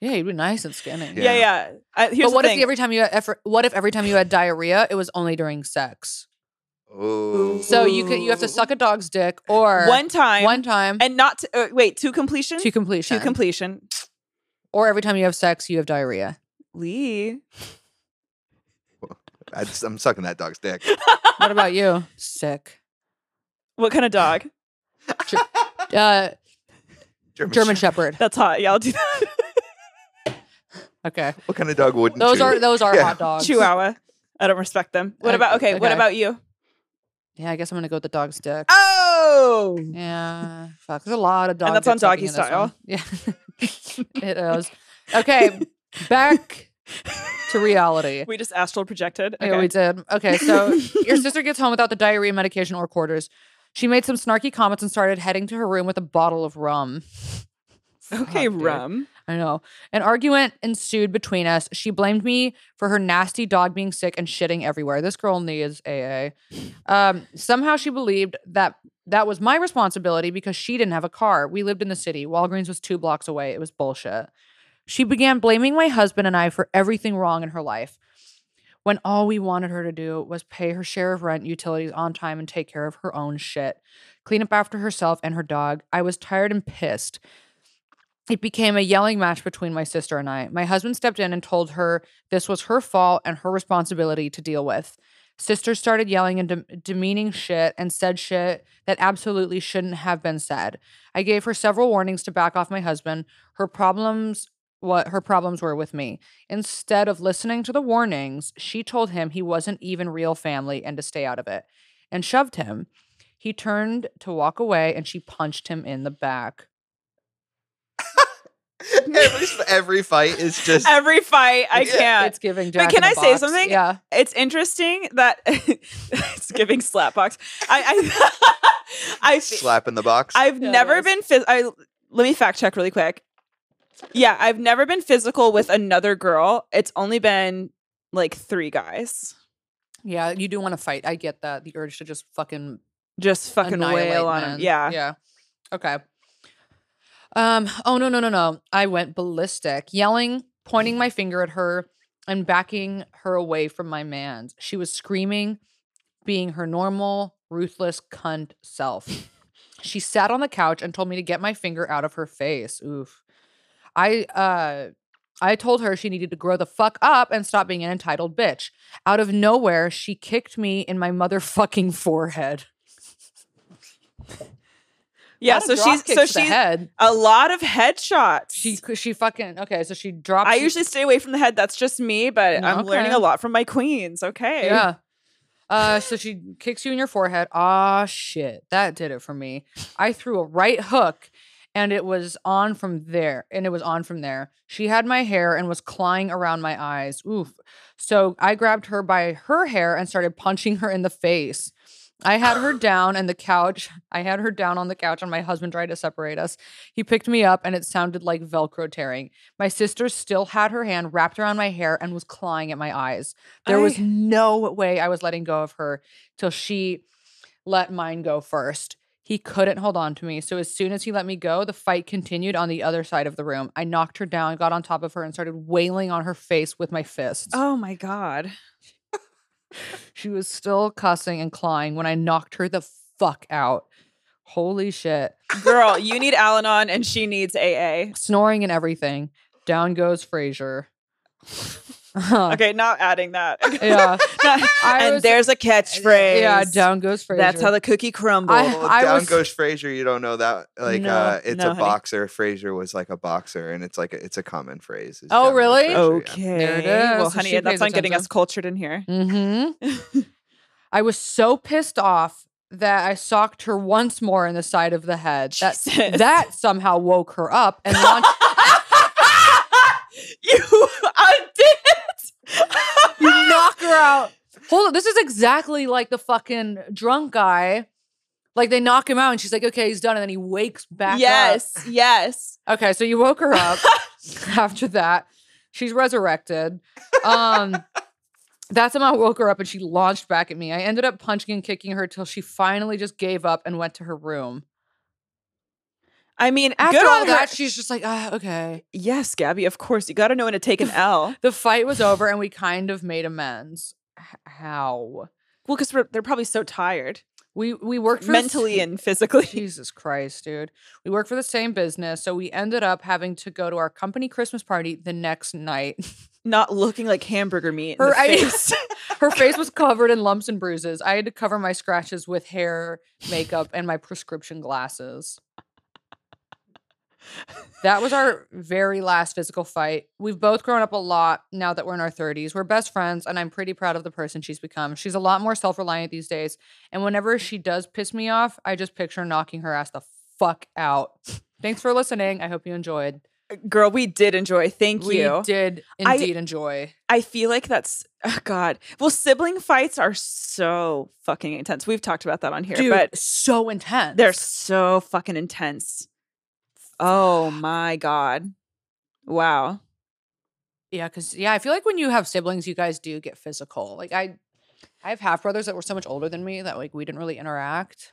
A: Yeah, you'd be nice and skinny.
B: Yeah, yeah.
C: Yeah.
B: I, here's
A: but what
B: the
A: if
B: thing.
A: the every time you had effort, what if every time you had diarrhea, it was only during sex?
C: Oh,
A: So you could you have to
B: Ooh.
A: suck a dog's dick or
B: one time,
A: one time
B: and not to, uh, wait to completion.
A: to completion.
B: to completion.
A: or every time you have sex, you have diarrhea.
B: Lee,
C: I just, I'm sucking that
B: [LAUGHS]
C: dog's dick.
A: What about you? Sick.
B: what kind of dog?
A: Uh,
C: German,
A: German
C: Shep-
A: Shepherd.
B: That's hot. Yeah, I'll do that.
A: Okay.
C: What kind of dog wouldn't?
A: Those
C: chew? [LAUGHS]
A: are those are
C: Yeah.
A: hot dogs.
B: Chihuahua. I don't respect them. What
A: Okay,
B: about okay? What
A: okay.
B: about you?
A: Yeah, I guess I'm gonna go with the dog's dick.
B: Oh,
A: Yeah, fuck. There's a lot of dog.
B: And that's on
A: dick sucking
B: doggy
A: in this one. Yeah, [LAUGHS] it is. Okay, back to reality.
B: [LAUGHS] we just astral projected.
A: Yeah, we did. Okay,
B: [LAUGHS]
A: so your sister gets home without the diarrhea medication or quarters. She made some snarky comments and started heading to her room with a bottle of rum.
B: okay,
A: Fuck, dude.
B: rum.
A: I know. An argument ensued between us. She blamed me for her nasty dog being sick and shitting everywhere. This girl needs AA. Um, somehow she believed that that was my responsibility because she didn't have a car. We lived in the city. Walgreens was two blocks away. It was bullshit. She began blaming my husband and I for everything wrong in her life when all we wanted her to do was pay her share of rent, utilities on time, and take care of her own shit, clean up after herself and her dog. I was tired and pissed. It became a yelling match between my sister and I. My husband stepped in and told her this was her fault and her responsibility to deal with. Sister started yelling and de- demeaning shit and said shit that absolutely shouldn't have been said. I gave her several warnings to back off my husband. Her problems, what her problems were with me. Instead of listening to the warnings, she told him he wasn't even real family and to stay out of it and shoved him. He turned to walk away and she punched him in the back.
C: every, every fight is
A: [LAUGHS]
C: just
B: Every fight, I
C: It's-
B: can't.
A: It's giving Jack.
B: can
A: in
B: I
A: the
B: say
A: box.
B: something?
A: Yeah.
B: It's interesting that [LAUGHS] it's giving slapbox. I, [LAUGHS] I, I fe-
C: slap in the box.
B: I've
A: Yeah, it
B: never
A: is.
B: been. Phys- I let me fact check really quick. Yeah, I've never been physical with another girl. It's only been like three guys.
A: Yeah, you do want to fight. I get that. The urge to just fucking
B: Just fucking
A: annihilate
B: wail on
A: men.
B: him. Yeah.
A: Yeah. Okay. Um, oh no, no, no, no. I went ballistic, yelling, pointing my finger at her and backing her away from my man's. She was screaming, being her normal, ruthless cunt self. she sat on the couch and told me to get my finger out of her face. Oof. I uh I told her she needed to grow the fuck up and stop being an entitled bitch. Out of nowhere, she kicked me in my motherfucking forehead.
B: Yeah.
A: Lot
B: So
A: of drop
B: she's
A: kicks
B: so
A: to the
B: she's
A: head.
B: a lot of headshots.
A: She c- she fucking okay. So she dropped.
B: I usually stay away from the head. That's just me, but I'm
A: Mm,
B: learning
A: Okay.
B: a lot from my queens. Okay.
A: yeah. Uh, so she kicks you in your forehead. Ah, shit, that did it for me. I threw a right hook, and it was on from there. And it was on from there. She had my hair and was clawing around my eyes. Oof. So I grabbed her by her hair and started punching her in the face. I had her down and the couch. I had her down on the couch, and my husband tried to separate us. He picked me up, and it sounded like Velcro tearing. My sister still had her hand wrapped around my hair and was clawing at my eyes. There was
B: I-
A: no way I was letting go of her till she let mine go first. He couldn't hold on to me. So as soon as he let me go, the fight continued on the other side of the room. I knocked her down, got on top of her, and started wailing on her face with my fists.
B: Oh my god.
A: She was still cussing and clawing when I knocked her the fuck out. Holy shit.
B: Girl, you need Al-Anon and she needs AA.
A: Snoring and everything. Down goes Frasier.
B: [LAUGHS] Okay, not adding that.
A: Um, [LAUGHS]
B: [LAUGHS]
A: Yeah.
B: Not-
A: I
B: and
A: was-
B: there's a catchphrase.
A: Yeah, down goes Fraser.
B: That's how the cookie crumbles.
C: Well,
A: I
C: down
A: was-
C: goes Fraser. You don't know that. Like,
B: No,
C: uh, it's
B: no,
C: a
B: honey.
C: boxer. Fraser was like a boxer, and it's like a, it's a common phrase. is
A: Oh,
C: down goes
A: really?
C: Fraser, yeah.
B: okay.
A: There it
B: Well,
A: is. So
B: honey,
A: she
B: that's
A: pays
B: on getting
A: attention.
B: us cultured in here.
A: Mm-hmm.
B: [LAUGHS]
A: I was so pissed off that I socked her once more in the side of the head. That
B: [LAUGHS] Jesus.
A: that somehow woke her up and launched.
B: you undid
A: you knock her out. Ah! Hold on, this is exactly like the fucking drunk guy. Like they knock him out and she's like, "Okay, he's done," and then he wakes back up.
B: yes, yes.
A: Okay, so you woke her up [LAUGHS] after that. She's resurrected. Um [LAUGHS] that's somehow woke her up and she launched back at me. I ended up punching and kicking her till she finally just gave up and went to her room.
B: I mean,
A: After
B: good
A: all
B: on
A: that,
B: her.
A: she's just like, ah, okay.
B: yes, Gabby. Of course, you got to know when to
A: [LAUGHS]
B: take an L.
A: The fight was over and we kind of made amends. H- how?
B: Well, because they're probably so tired,
A: We we worked for the
B: mentally and [LAUGHS] physically.
A: [LAUGHS] Jesus Christ, dude. We worked for the same business, so we ended up having to go to our company Christmas party the next night.
B: Not looking like hamburger meat. In
A: Her
B: the
A: I- [LAUGHS]
B: face.
A: Her face was covered in lumps and bruises. I had to cover my scratches with hair, makeup, and my prescription glasses. That was our very last physical fight. We've both grown up a lot now that we're in our 30s. We're best friends, and I'm pretty proud of the person she's become. She's a lot more self reliant these days. And whenever she does piss me off, I just picture knocking her ass the fuck out. Thanks for listening. I hope you enjoyed.
B: Girl, we did enjoy. Thank
A: we
B: you.
A: did
B: I-
A: indeed enjoy.
B: I feel like that's oh God. Well, sibling fights are so fucking intense. We've talked about that on here,
A: Dude,
B: but
A: so intense.
B: they're so fucking intense.
A: [SIGHS]
B: Oh my God. Wow.
A: Yeah, because yeah, I feel like when you have siblings, you guys do get physical. Like I, I have half brothers that were so much older than me that like we didn't really interact.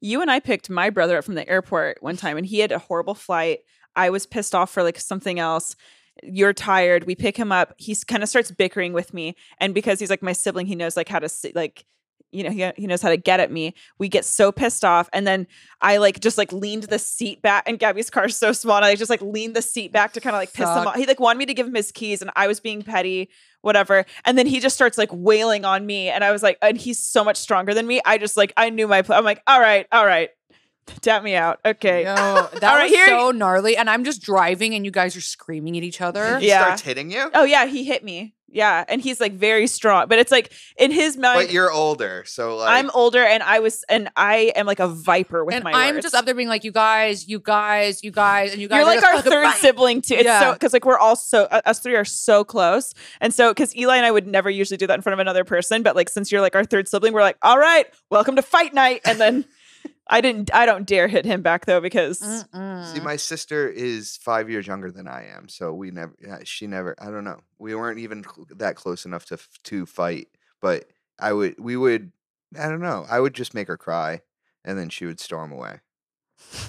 B: You and I picked my brother up from the airport one time and he had a horrible flight. I was pissed off for like something else. You're tired. We pick him up. He's kind of starts bickering with me. And because he's like my sibling, he knows like how to sit, like, you know, he, he knows how to get at me. We get so pissed off. And then I like just like leaned the seat back and Gabby's car's so small. And I just like leaned the seat back to kind of like piss him
A: Suck.
B: off. He like wanted me to give him his keys and I was being petty, whatever. And then he just starts like wailing on me. And I was like, and he's so much stronger than me. I just like, I knew my, pl- I'm like, all right, all right, tap me out. Okay. [LAUGHS]
A: No, that
B: All right,
A: was
B: here-
A: so gnarly. And I'm just driving, and you guys are screaming at each other.
C: He
B: Yeah.
C: starts hitting you.
B: Oh yeah, he hit me. Yeah, and he's like very strong, but it's like in his mind,
C: But you're older, so like
B: I'm older, and I was, and I am like a viper with
A: and
B: my.
A: I'm
B: words.
A: just up there being like, "You guys, you guys, you guys," and you guys.
B: You're
A: are
B: like
A: just
B: our
A: fucking
B: third
A: fighting.
B: sibling too. It's so
A: Yeah.
B: because like we're all so uh, us three are so close, and so because Eli and I would never usually do that in front of another person, but like since you're like our third sibling, we're like, all right, welcome to fight night, and then. [LAUGHS] I didn't. I don't dare hit him back though because
A: Mm-mm.
C: See, my sister is five years younger than I am, so we never. yeah, She never. I don't know. We weren't even cl- that close enough to f- to fight. But I would. We would. I don't know. I would just make her cry, and then she would
B: [LAUGHS]
C: storm away.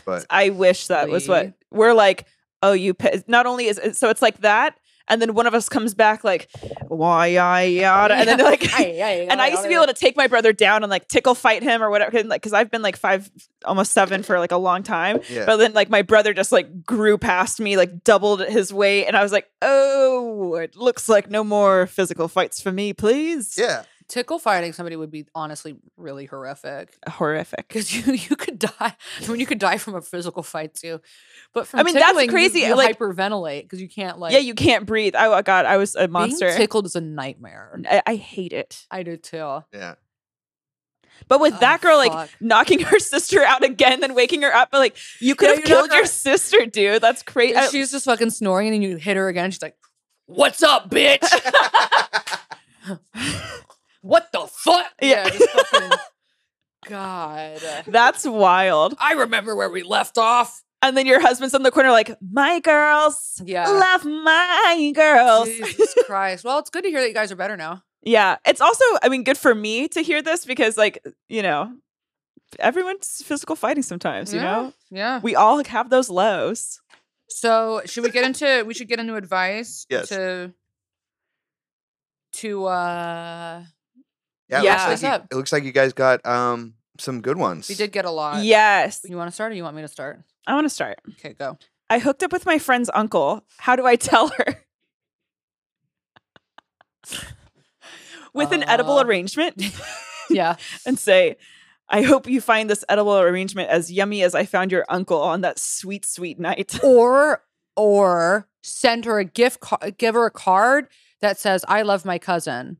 C: But
B: I wish that was what
A: Sweet.
B: we're like. Oh, you pi-. not only is it, so it's like that, and then one of us comes back like why yada, yada, and then they're
A: [LAUGHS]
B: like.
A: Aye, aye,
B: [LAUGHS] And I
A: aye,
B: used to
A: aye,
B: be able to take my brother down and like tickle fight him or whatever, cause, like because I've been like five, almost seven for like a long time.
C: yeah,
B: But then like my brother just like grew past me, like doubled his weight, and I was like, oh, it looks like no more physical fights for me, please.
C: yeah.
A: tickle fighting somebody would be honestly really horrific.
B: horrific.
A: Because you you could die. [LAUGHS] I mean, you could die from a physical fight too. But from
B: I mean, that's
A: tickling, you-
B: crazy,
A: You,
B: like-
A: hyperventilate because you can't like.
B: yeah, you can't breathe. I, oh God, I was a monster.
A: Being tickled is a nightmare.
B: I, I hate it.
A: I do too.
C: Yeah,
B: But with
A: Oh,
B: that girl, like
A: fuck.
B: knocking [LAUGHS] her sister out again, then waking her up, but like you could
A: Yeah,
B: have
A: you knock
B: killed
A: her
B: your uh
A: out.
B: sister, dude. That's crazy.
A: And she's just fucking snoring, and then you hit her again. and She's like, "What's up, bitch?
B: [LAUGHS]
C: [LAUGHS]
A: what the fuck?"
B: Yeah.
A: just fucking- God,
B: That's wild.
A: I remember where we left off.
B: And then your husband's in the corner, like, my girls,
A: Yeah.
B: love my girls.
A: Jesus Christ. Well, it's good to hear that you guys are better now.
B: Yeah. It's also, I mean, good for me to hear this because, like, you know, everyone's physical fighting sometimes, you
A: Yeah.
B: know?
A: Yeah.
B: We all have those lows.
A: So should we get into we should get into advice
C: Yes.
A: to to uh
C: yeah.
B: Yeah.
C: It
A: What's
C: looks, like you,
A: up?
C: it looks like you guys got um some good ones.
A: we did get a lot.
B: Yes.
A: You want to start or you want me to start?
B: I want to start.
A: Okay, go.
B: [LAUGHS] I hooked up with my friend's uncle. How do I tell her? with an edible
A: Uh.
B: arrangement [LAUGHS]
A: yeah.
B: and say, I hope you find this edible arrangement as yummy as I found your uncle on that sweet, sweet night.
A: Or or send her a gift card, give her a card that says I love my cousin.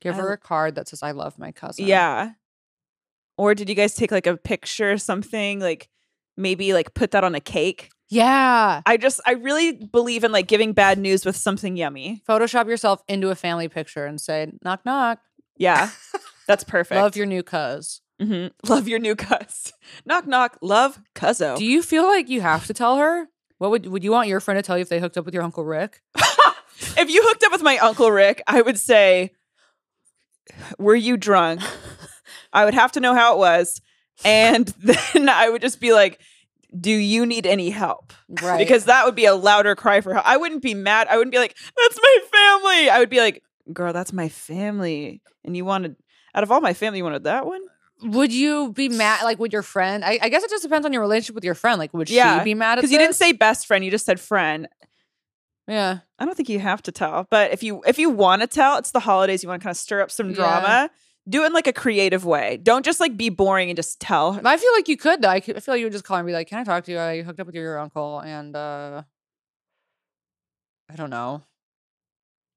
A: Give
B: I
A: her
B: l-
A: a card that says I love my cousin.
B: Yeah. Or did you guys take like a picture or something? Like maybe like put that on a cake.
A: Yeah.
B: I just I really believe in like giving bad news with something yummy.
A: Photoshop yourself into a family picture and say, knock, knock.
B: Yeah. That's
A: [LAUGHS]
B: perfect.
A: Love your new cuz.
B: Mhm. [LAUGHS] love your new cuss. [LAUGHS] knock knock. Love cuzzo.
A: Do you feel like you have to tell her? What would would you want your friend to tell you if they hooked up with your uncle Rick?
B: [LAUGHS] if you hooked up with my uncle Rick, I would say, [SIGHS] "Were
A: [LAUGHS]
B: you drunk?" I would have to know how it was, and [LAUGHS] then I would just be like, "Do you need any help?"
A: Right.
B: Because that would be a louder cry for help. I wouldn't be mad. I wouldn't be like, "That's my family." I would be like, "Girl, that's my family," and you wanted. Out of all my family, you wanted that one?
A: would you be mad like would your friend I, I guess it just depends on your relationship with your friend. Like would
B: Yeah,
A: she be mad at
B: Because you didn't
A: this?
B: say best friend, you just said friend.
A: Yeah.
B: I don't think you have to tell, but if you if you want to tell, it's the holidays. You want to kind of stir up some
A: Yeah.
B: drama. Do it in like a creative way. Don't just like be boring and just tell. her.
A: I feel like you could though. I, could- I feel like you would just call and be like, Can I talk to you? I hooked up with your uncle and uh I don't know.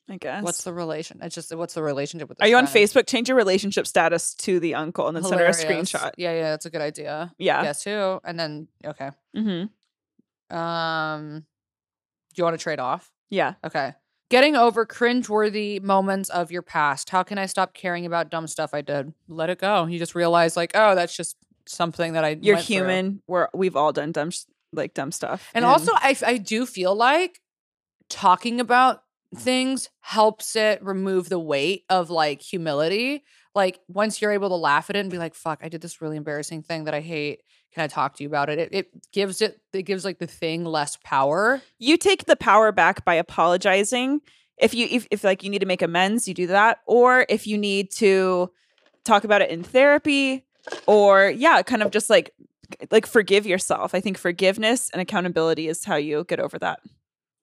B: I guess.
A: What's the relation? It's just what's the relationship with this
B: Are you on
A: friend?
B: Facebook? Change your relationship status to the uncle and then send her a
A: Hilarious.
B: screenshot.
A: Yeah, yeah, that's a good idea.
B: Yeah.
A: Guess who? And then okay.
B: Mm-hmm.
A: Um, do you want to trade off?
B: Yeah.
A: Okay. Getting over cringeworthy moments of your past. How can I stop caring about dumb stuff I did? Let it go. You just realize, like, oh, that's just something that I.
B: You're
A: went through.
B: human. We're we've all done dumb sh- like dumb stuff.
A: And also, I, f- I do feel like talking about things helps it remove the weight of like humility. Like, once you're able to laugh at it and be like, fuck, I did this really embarrassing thing that I hate. Can I talk to you about it? It, it gives it, it gives like the thing less power.
B: you take the power back by apologizing if you if, if like you need to make amends you do that or if you need to talk about it in therapy or yeah kind of just like like forgive yourself i think forgiveness and accountability is how you get over that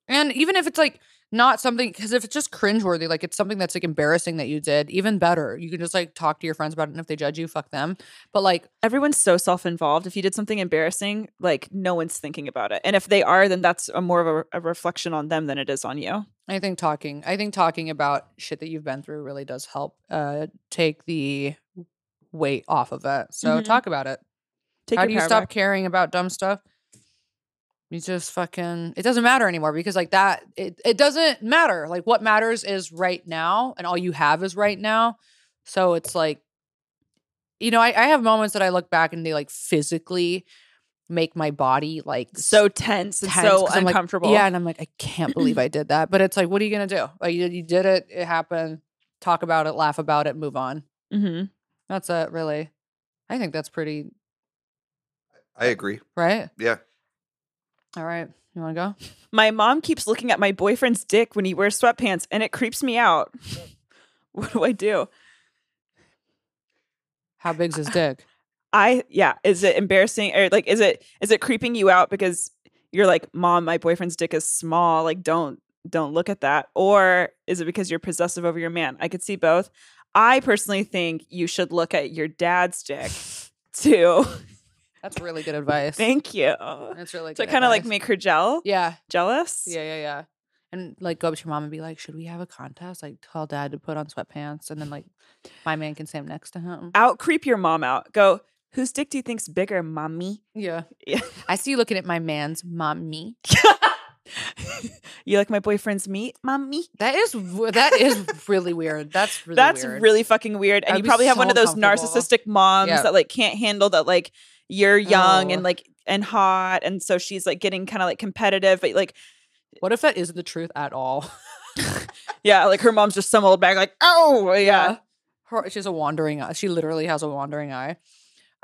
A: And even if it's like not something, because if it's just cringeworthy, like it's something that's like embarrassing that you did, even better. You can just like talk to your friends about it. And if they judge you, fuck them. But like,
B: everyone's so self-involved if you did something embarrassing like no one's thinking about it and if they are then that's a more of a, a reflection on them than it is on you
A: I think talking, I think talking about shit that you've been through really does help uh, take the weight off of it. So
B: Mhm.
A: talk about it.
B: take
A: How
B: your
A: do you
B: power
A: stop
B: back.
A: caring about dumb stuff? You just fucking it doesn't matter anymore because like that it, it doesn't matter. Like what matters is right now and all you have is right now. So it's like you know, I, I have moments that I look back and they like physically make my body like
B: so tense and
A: tense
B: so
A: 'cause I'm like-
B: uncomfortable
A: yeah, and I'm like, I can't believe I did that. But it's like, what are you gonna do? Like you, you did it, it happened, talk about it, laugh about it, move on.
B: hmm
A: That's it, really. I think that's pretty
C: I agree.
A: right.
C: Yeah.
A: All right. You wanna go?
B: My mom keeps looking at my boyfriend's dick when he wears sweatpants and it creeps me out. [LAUGHS] what do I do?
A: How big's his dick?
B: I yeah, is it embarrassing or like is it is it creeping you out because you're like, "Mom, my boyfriend's dick is small. Like don't don't look at that." Or is it because you're possessive over your man? I could see both. I personally think you should look at your
A: [LAUGHS]
B: dad's dick too.
A: That's really good advice.
B: Thank you.
A: That's really
B: To
A: good
B: kind of like
A: advice.
B: make her gel
A: Yeah.
B: jealous.
A: Yeah, yeah, yeah. And like go up to your mom and be like, should we have a contest? Like tell dad to put on sweatpants and then like my man can stand next to him.
B: Out creep your mom out. Go, whose dick do you think's bigger, mommy?
A: Yeah.
B: Yeah.
A: I see you looking at my man's mommy.
B: you like my boyfriend's meat, mommy?
A: That is w- that is really weird. That's really
B: That's
A: weird.
B: really fucking weird. And
A: I'd
B: you
A: be
B: probably have one
A: so
B: of those
A: uncomfortable.
B: narcissistic moms
A: Yeah.
B: that like can't handle that like you're young
A: Oh.
B: and like and hot and so she's like getting kind of like competitive but like
A: What if that isn't the truth at all? [LAUGHS]
B: yeah like her mom's just some old bag like oh yeah.
A: Her, she has a wandering eye. She literally has a wandering eye.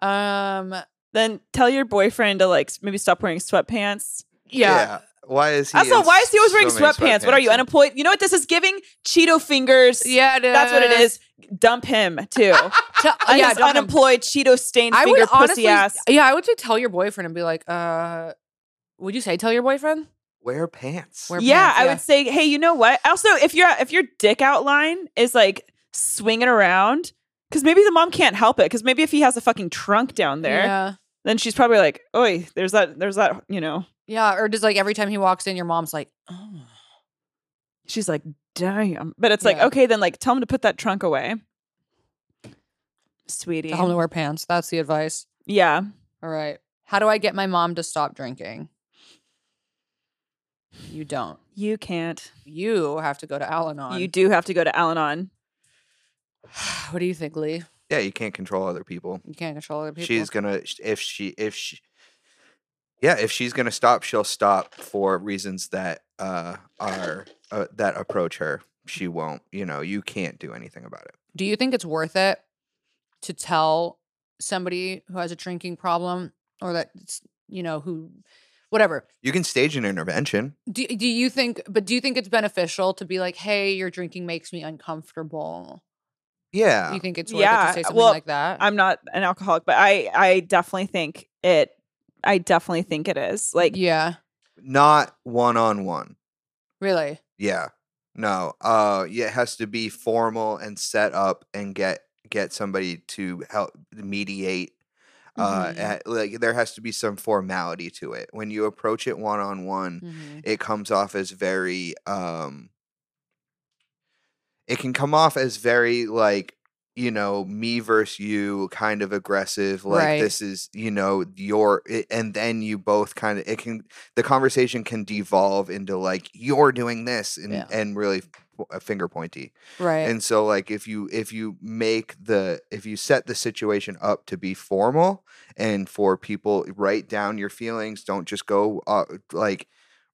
A: Um
B: then tell your boyfriend to like s- maybe stop wearing sweatpants
A: yeah.
C: Why is he?
B: also
C: in
B: why is he always wearing
C: so many
B: sweatpants? what are you unemployed you know what this is giving cheeto fingers
A: Yeah,
B: that's what it is dump him too
A: Tell-
B: yeah
A: yeah, don't have-
B: unemployed cheeto stained finger pussy ass
A: yeah, I would say tell your boyfriend and be like, uh, would you say tell your boyfriend?
C: wear pants.
A: Wear-
B: yeah,
A: pants,
B: I
A: yeah.
B: would say, hey, you know what? Also, if your if your dick outline is like swinging around, because maybe the mom can't help it. Because maybe if he has a fucking trunk down there,
A: Yeah.
B: then she's probably like, "Oi, there's that, there's that," you know.
A: Yeah. Or just like every time he walks in, your mom's like, oh.
B: She's like, "Damn," but it's like,
A: Yeah.
B: okay, then like tell him to put that trunk away, sweetie.
A: Tell him to wear pants. That's the advice.
B: Yeah,
A: All right. How do I get my mom to stop drinking? You don't.
B: you can't.
A: You have to go to Al Anon.
B: You do have to go to Al-Anon.
A: what do you think, Lee?
C: yeah, you can't control other people.
A: You can't control other people.
C: She's gonna if she if she yeah if she's gonna stop, she'll stop for reasons that uh are uh, that approach her. She won't. You know, you can't do anything about it.
A: Do you think it's worth it to tell somebody who has a drinking problem or that it's- you know who whatever.
C: You can stage an intervention.
A: Do do you think but do you think it's beneficial to be like, "Hey, your drinking makes me uncomfortable."
C: Yeah,
A: Do you think it's worth it
B: Yeah,
A: to say something
B: well,
A: like that?
B: I'm not an alcoholic, but I I definitely think it. I definitely think it is like
A: yeah.
C: not one on one.
A: Really?
C: Yeah. No. Uh yeah, it has to be formal and set up and get get somebody to help mediate. Uh
A: Mhm.
C: at- like there has to be some formality to it. When you approach it one on one,
A: Mhm.
C: it comes off as very um it can come off as very like you know me versus you kind of aggressive like
A: Right.
C: this is you know your i- and then you both kind of it can the conversation can devolve into like you're doing this and
A: Yeah.
C: and really f- uh, finger pointy
A: Right.
C: and so like if you if you make the if you set the situation up to be formal and for people write down your feelings, don't just go uh, like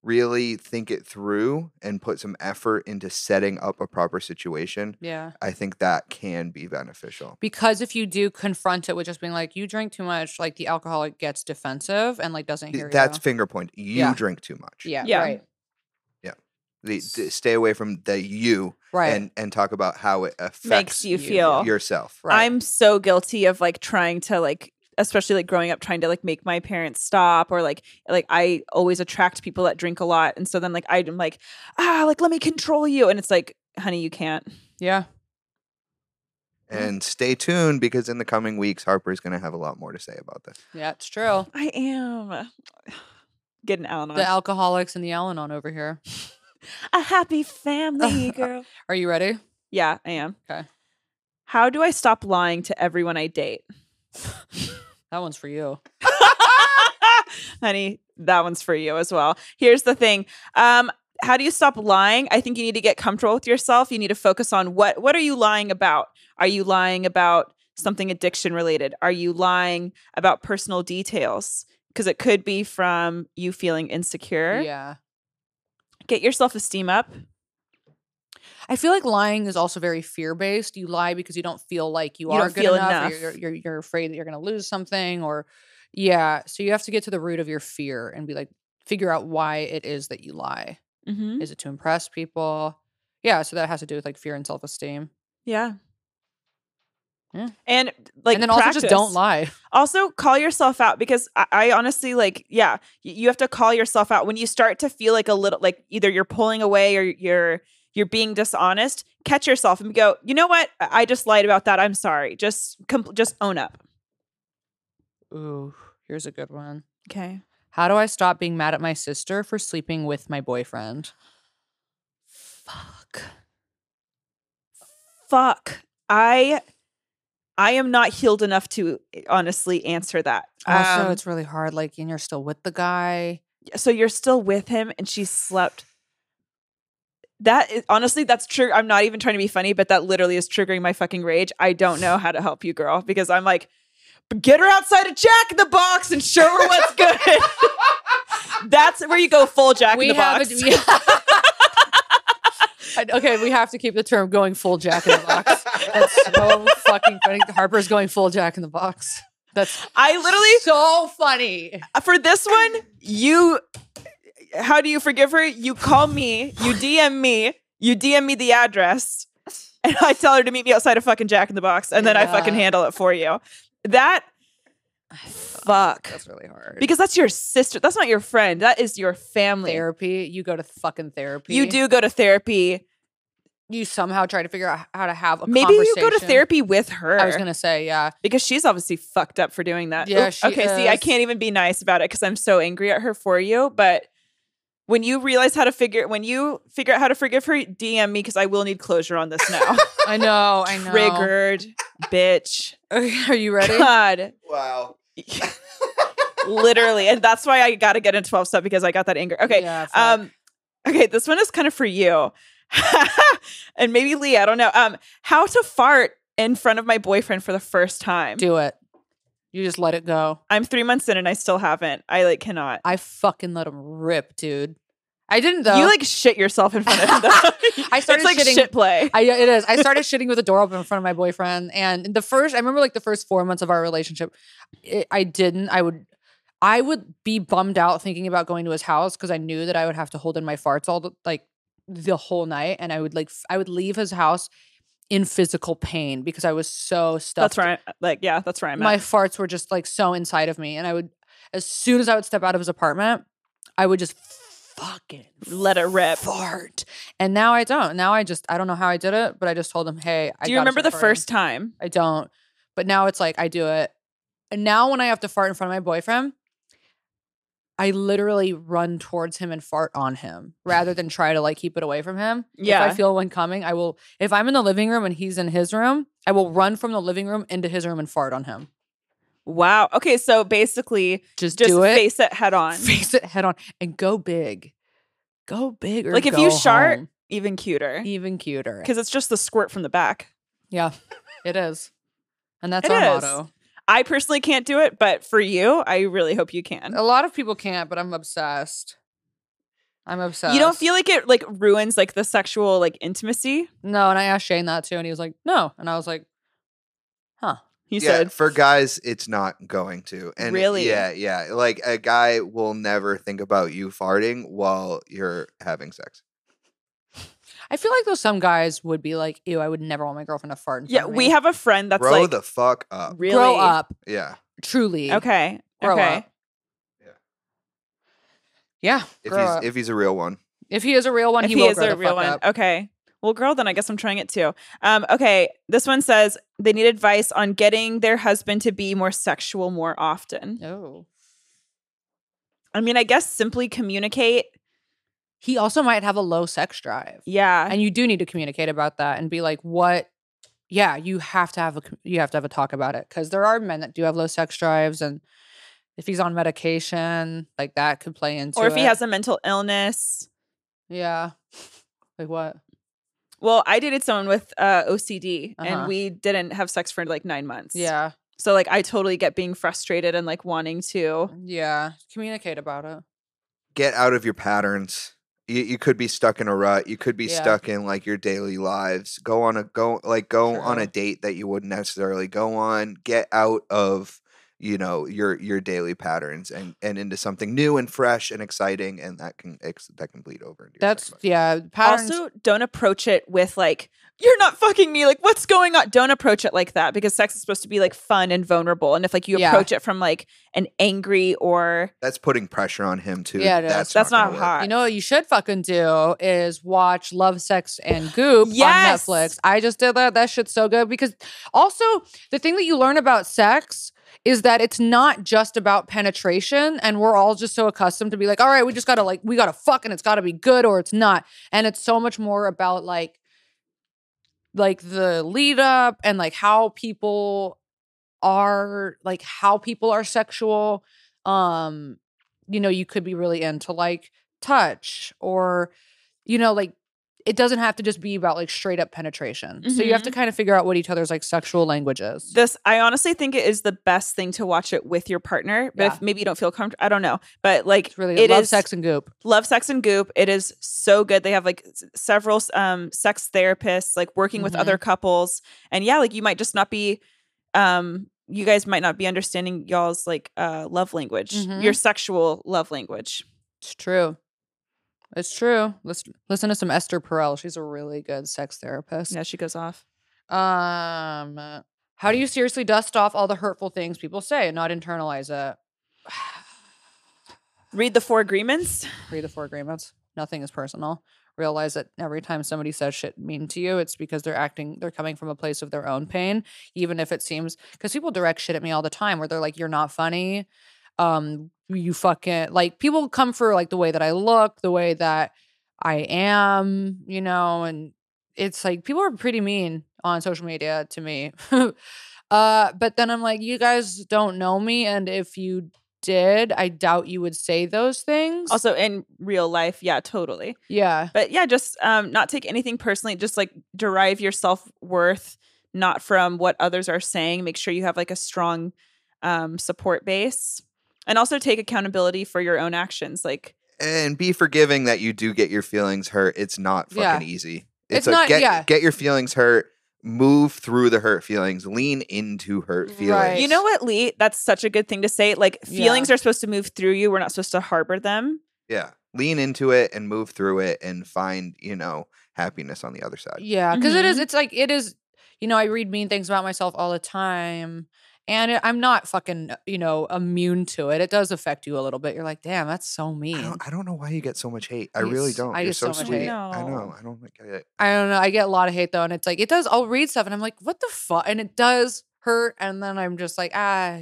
C: really think it through and put some effort into setting up a proper situation.
A: yeah.
C: I think that can be beneficial.
A: Because if you do confront it with just being like, "You drink too much," like the alcoholic gets defensive and like doesn't hear
C: That's
A: you.
C: finger point. You
A: Yeah.
C: drink too much.
A: yeah,
B: Yeah.
A: Right.
C: The, the- stay away from the you
A: Right.
C: and and talk about how it affects
B: makes
A: you,
B: you feel.
C: yourself.
A: right.
B: I'm so guilty of like trying to like especially like growing up trying to like make my parents stop or like like I always attract people that drink a lot and so then like I'm like ah like let me control you and it's like honey you can't.
A: yeah. Mm-hmm.
B: Mhm.
C: And stay tuned because in the coming weeks Harper's going to have a lot more to say about this.
A: Yeah, it's true.
B: I am [SIGHS] getting Alan
A: The alcoholics and the Al Anon over here.
B: a happy family girl.
A: Are you ready?
B: yeah, I am.
A: [LAUGHS] Okay.
B: How do I stop lying to everyone I date?
A: That one's for you.
B: [LAUGHS] Honey, that one's for you as well. Here's the thing. Um, how do you stop lying? I think you need to get comfortable with yourself. You need to focus on what what are you lying about? Are you lying about something addiction related? Are you lying about personal details? Because it could be from you feeling insecure.
A: Yeah.
B: Get your self esteem up.
A: I feel like lying is also very fear based. You lie because you don't feel like you,
B: You
A: are
B: don't
A: good
B: feel
A: enough. or
B: enough.
A: You're, you're, you're afraid that you're going to lose something or, yeah. So you have to get to the root of your fear and be like, figure out why it is that you lie.
B: Mm-hmm.
A: Is it to impress people? Yeah. So that has to do with like fear and self esteem.
B: Yeah.
A: Yeah.
B: And like,
A: and then also just don't lie.
B: practice. also call yourself out because I, I honestly like yeah y- you have to call yourself out when you start to feel like a little like either you're pulling away or you're you're being dishonest catch yourself and go you know what i I just lied about that i'm sorry just com- just own up
A: [LAUGHS] Ooh, here's a good one.
B: okay
A: How do I stop being mad at my sister for sleeping with my boyfriend?
B: fuck fuck i i am not healed enough to eh, honestly answer that
A: Also,
B: Um,
A: it's really hard. Like, and you're still with the guy.
B: so you're still with him and she slept that is, honestly that's true i'm not even trying to be funny but that literally is triggering my fucking rage i don't know how to help you girl because i'm like "But get her outside of jack in the box and show her what's good [LAUGHS] that's where you go full jack in the box
A: A, [LAUGHS] I- okay, we have to keep the term going full Jack in the box. That's
B: [LAUGHS]
A: so fucking funny. Harper's going full Jack in the box. That's
B: i literally
A: so funny.
B: for this one you how do you forgive her you call me you dm me you dm me the address and I tell her to meet me outside of fucking Jack in the Box, and then I fucking
A: Yeah.
B: handle it for you. That Fuck.
A: That's really hard.
B: Because that's your sister. That's not your friend. That is your family.
A: therapy, you go to fucking therapy.
B: You do go to therapy.
A: You somehow try to figure out how to have a
B: Maybe you go to
A: conversation.
B: therapy with her.
A: I was gonna say, yeah.
B: because she's obviously fucked up for doing that.
A: Yeah,
B: Oop,
A: she
B: okay, see, I
A: is.
B: can't even be nice about it because I'm so angry at her for you. But when you realize how to figure, when you figure out how to forgive her, DM me because I will need closure on this now.
A: I know. [LAUGHS] I know.
B: Triggered, bitch.
A: Okay, [LAUGHS] Are you ready?
B: God,
C: Wow.
B: literally, and that's why I got to get in twelve step because I got that anger. [LAUGHS] Okay,
A: Yeah, fuck.
B: um, okay, this one is kind of for you, [LAUGHS] and maybe Lee. I don't know. Um, how to fart in front of my boyfriend for the first time.
A: do it. You just let it go.
B: I'm three months in and I still haven't. I like cannot.
A: I fucking let him rip, dude. I didn't though.
B: You like shit yourself in front of
A: [LAUGHS]
B: him. though.
A: I started
B: [LAUGHS] it's like
A: shitting-
B: shit play.
A: I, it is. I
B: [LAUGHS]
A: started shitting with the door open in front of my boyfriend, and the first I remember like the first four months of our relationship, it, I didn't. I would, I would be bummed out thinking about going to his house because I knew that I would have to hold in my farts all the, like the whole night, and I would like f- I would leave his house in physical pain because I was so stuffed.
B: that's where I'm like, yeah, that's where I'm
A: my
B: at.
A: farts were just like so inside of me, and I would as soon as I would step out of his apartment, I would just fucking
B: Let it rip.
A: fart. And now I don't. Now I just I don't know how I did it, but I just told him, hey, I
B: Do you
A: gotta
B: remember the
A: start farting."
B: first time?
A: I don't. But now it's like I do it. And now when I have to fart in front of my boyfriend, I literally run towards him and fart on him rather than try to like keep it away from him. If
B: Yeah.
A: I feel one coming, I will if I'm in the living room and he's in his room, I will run from the living room into his room and fart on him.
B: Wow. Okay, so basically,
A: Just,
B: just
A: do it. [LAUGHS]
B: face it head on.
A: face it head on and go big. Go big or
B: Like if you
A: go
B: shart-
A: home.
B: Even cuter,
A: even cuter.
B: because it's just the squirt from the back.
A: Yeah, it is. And that's
B: It
A: our
B: is.
A: motto.
B: I personally can't do it, but for you, I really hope you can.
A: A lot of people can't, but I'm obsessed. I'm obsessed.
B: You don't feel like it like ruins like the sexual like intimacy.
A: No, and I asked Shane that too, and he was like, no. And I was like,
B: You
C: yeah,
B: said
C: for guys, it's not going to. And
B: Really?
C: Yeah, yeah. Like a guy will never think about you farting while you're having sex.
A: I feel like though some guys would be like, ew, I would never want my girlfriend to fart. In
B: yeah.
A: front of
B: We
A: me."
B: have a friend that's
C: Grow
B: like
C: the fuck up.
B: really
A: grow up,
C: Yeah.
A: truly.
B: Okay.
A: Grow
B: okay.
A: up.
C: Yeah.
A: Yeah.
C: If
A: grow
C: he's
A: up. If,
C: if he's a real one.
A: he is a real one,
B: if
A: he,
B: he,
A: will
B: is
A: grow
B: a
A: the
B: real
A: fuck
B: one.
A: up.
B: Okay. Well, girl, then I guess I'm trying it too. Um, okay. This one says they need advice on getting their husband to be more sexual more often.
A: Oh.
B: I mean, I guess simply communicate.
A: He also might have a low sex drive.
B: Yeah.
A: and you do need to communicate about that and be like what yeah you have to have a com- you have to have a talk about it because there are men that do have low sex drives and if he's on medication like that could play into
B: Or if he
A: it.
B: has a mental illness.
A: yeah like what
B: Well, I dated someone with uh, OCD
A: Uh-huh.
B: and we didn't have sex for like nine months.
A: yeah
B: So, like, I totally get being frustrated and like wanting to.
A: yeah communicate about it
C: Get out of your patterns. You, you could be stuck in a rut. You could be
A: Yeah.
C: stuck in like your daily lives. Go on a go like go on a
A: True.
C: date that you wouldn't necessarily go on. Get out of you know your your daily patterns and and into something new and fresh and exciting and that can ex- that can bleed over into your sex
A: that's
C: life.
A: yeah patterns
B: Also, don't approach it with like, you're not fucking me. Like, what's going on? Don't approach it like that because sex is supposed to be like fun and vulnerable. And if like you
A: Yeah.
B: approach it from like an angry or
C: that's putting pressure on him too.
A: Yeah, it is.
C: that's
B: that's not,
C: gonna work.
B: hot.
A: you know what you should fucking do is watch Love, Sex, and Goop
B: Yes!
A: on Netflix. I just did that. That shit's so good because also the thing that you learn about sex is that it's not just about penetration and we're all just so accustomed to be like, all right, we just gotta like we gotta fuck and it's gotta be good or it's not. And it's so much more about like like the lead up and like how people are like how people are sexual. Um, you know, you could be really into like touch or you know like it doesn't have to just be about like straight up penetration so you have
B: Mm-hmm.
A: to kind of figure out what each other's like sexual language is
B: this, I honestly think it is the best thing to watch it with your partner. But
A: Yeah.
B: if maybe you don't feel comfortable, I don't know. But like,
A: it's really
B: it
A: love
B: is-
A: sex and goop
B: love sex and goop it is so good they have like s- several um sex therapists like working with
A: Mhm.
B: other couples and yeah like you might just not be um you guys might not be understanding y'all's like uh love language
A: Mhm.
B: your sexual love language
A: it's true it's true listen listen to some esther perel she's a really good sex therapist
B: yeah she goes off
A: um How do you seriously dust off all the hurtful things people say and not internalize it?
B: Read the four agreements.
A: Read the four agreements. Nothing is personal. Realize that every time somebody says shit mean to you, it's because they're acting, they're coming from a place of their own pain, even if it seems, because people direct shit at me all the time where they're like, you're not funny. Um, you fucking, like, people come for like the way that I look, the way that I am, you know, and it's like people are pretty mean on social media to me. [LAUGHS] uh, but then I'm like, you guys don't know me. And if you did, I doubt you would say those things.
B: Also in real life, yeah, totally.
A: yeah.
B: But yeah, just um, not take anything personally. Just like derive your self worth not from what others are saying. Make sure you have like a strong um, support base, and also take accountability for your own actions. Like
C: and be forgiving that you do get your feelings hurt. It's not fucking
A: Yeah.
C: easy.
A: It's not-
C: get
A: yeah.
C: get your feelings hurt. Move through the hurt feelings. Lean into hurt feelings.
A: Right.
B: You know what, Lee? That's such a good thing to say. Like
A: Yeah.
B: feelings are supposed to move through you. We're not supposed to harbor them.
C: Yeah. Lean into it and move through it and find, you know, happiness on the other side.
A: Yeah, because it is.
C: Mm-hmm.
B: Mhm.
A: It's like it is. You know, I read mean things about myself all the time, and it, I'm not fucking uh, you know immune to it. It does affect you a little bit. You're like, damn, that's so
C: I
A: mean.
C: don't, I don't know why you get so much hate. I
A: Yes,
C: really don't.
A: I
C: You're
A: get
C: so,
A: so much
C: sweet.
A: hate.
C: I know.
B: No.
C: I don't get it.
A: I don't know. I get a lot of hate though, and it's like it does. I'll read stuff, and I'm like, what the fuck? And it does hurt, and then I'm just like, ah,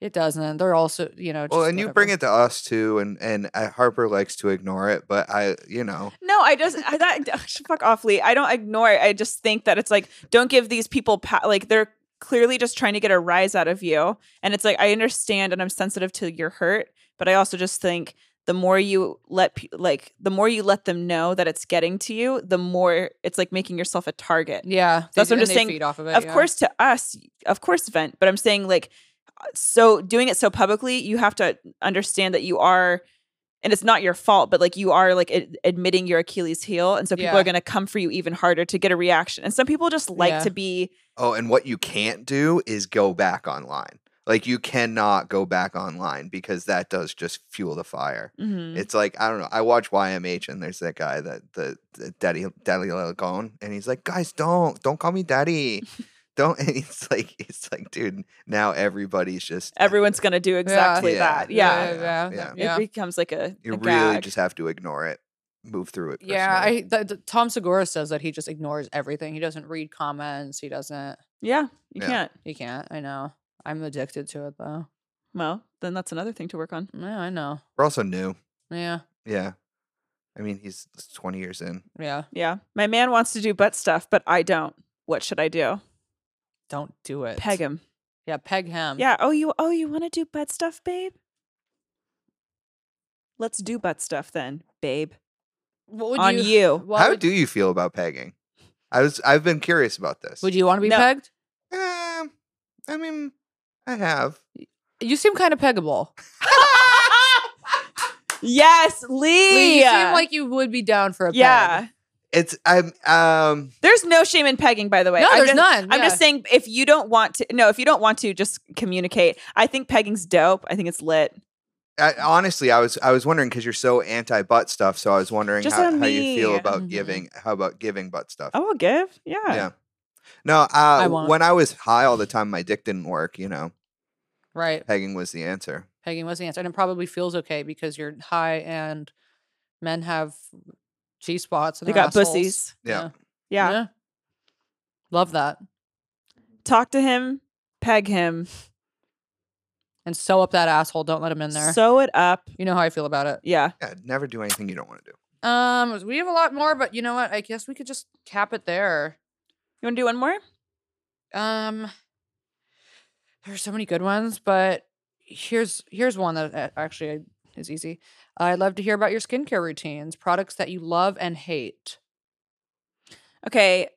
A: it doesn't. They're also, you know. Just
C: Well, and you bring it to us too, and and uh, Harper likes to ignore it, but I, you know,
B: No, I just I that [LAUGHS] fuck off, Lee. I don't ignore it. I just think that it's like don't give these people pa- like they're clearly just trying to get a rise out of you. And it's like I understand and I'm sensitive to your hurt, but I also just think the more you let pe- like the more you let them know that it's getting to you, the more it's like making yourself a target.
A: Yeah, they
B: That's
A: do,
B: what I'm
A: and
B: just
A: they
B: saying.
A: Feed off of it.
B: of
A: yeah.
B: course to us of course vent but i'm saying like uh, so doing it so publicly you have to understand that you are and it's not your fault but like you are like ad- admitting your achilles heel and so people
A: Yeah.
B: are going to come for you even harder to get a reaction and some people just like
A: Yeah.
B: to be
C: oh, and what you can't do is go back online. Like you cannot go back online because that does just fuel the fire.
B: mm-hmm,
C: It's like I don't know. I watch YMH and there's that guy that the, the daddy daddy Lilacone, and he's like, guys, don't don't call me daddy, don't. [LAUGHS] And it's like it's like, dude, now everybody's just
B: [LAUGHS]
C: uh,
B: everyone's going to do exactly
C: Yeah.
B: that
A: Yeah,
B: yeah,
A: yeah, yeah.
C: yeah.
B: it
A: yeah.
B: becomes like a,
C: you
B: a
C: really
B: gag.
C: just have to ignore it, move through it.
A: Yeah,
C: personally.
A: I, the, the, Tom Segura says that he just ignores everything. He doesn't read comments. He doesn't.
B: yeah you
C: Yeah.
B: can't
A: You can't. I know. I'm addicted to it though.
B: well then that's another thing to work on
A: Yeah, I know.
C: we're also new.
A: Yeah,
C: Yeah, I mean he's 20 years in.
A: yeah.
B: yeah my man wants to do butt stuff but i don't what should i do
A: Don't do it.
B: peg him
A: Yeah, peg him.
B: Yeah. Oh, you. Oh, you want to do butt stuff, babe? Let's do butt stuff then, babe.
A: What would
B: On you.
A: what
C: How
A: would,
C: do you feel about pegging? I was I've been curious about this.
A: Would you want to be
B: No.
A: pegged?
C: Um, I mean, I have.
A: You seem kind of peggable.
B: yes, Lee.
A: Lee, You seem like you would be down for a
B: yeah.
A: peg.
C: It's I'm um.
B: There's no shame in pegging, by the way.
A: No,
B: I'm
A: there's
B: just,
A: none.
B: I'm
A: yeah.
B: just saying, if you don't want to, no, if you don't want to, just communicate. I think pegging's dope. I think it's lit.
C: I, honestly, I was I was wondering because you're so anti butt stuff, so I was wondering
B: Just
C: how,
B: on
C: how you feel
B: me.
C: about
A: Mhm.
C: giving how about giving butt stuff.
B: Oh, I'll give. Yeah.
C: Yeah. No, uh, I
A: won't.
C: when I was high all the time, my dick didn't work. You know,
A: Right.
C: pegging was the answer.
A: Pegging was the answer. And it probably feels okay because you're high and men have G spots and
B: They
A: they're
B: got
A: assholes.
B: pussies.
C: Yeah.
B: Yeah.
A: Love that.
B: Talk to him. Peg him.
A: And sew up that asshole. Don't let him in there.
B: Sew it up.
A: you know how I feel about it.
B: Yeah.
C: Yeah, never do anything you don't want to do.
A: Um, we have a lot more, but you know what? I guess we could just cap it there.
B: You want to do one more?
A: Um, there are so many good ones, but here's here's one that uh, actually is easy. I'd love to hear about your skincare routines, products that you love and hate.
B: Okay.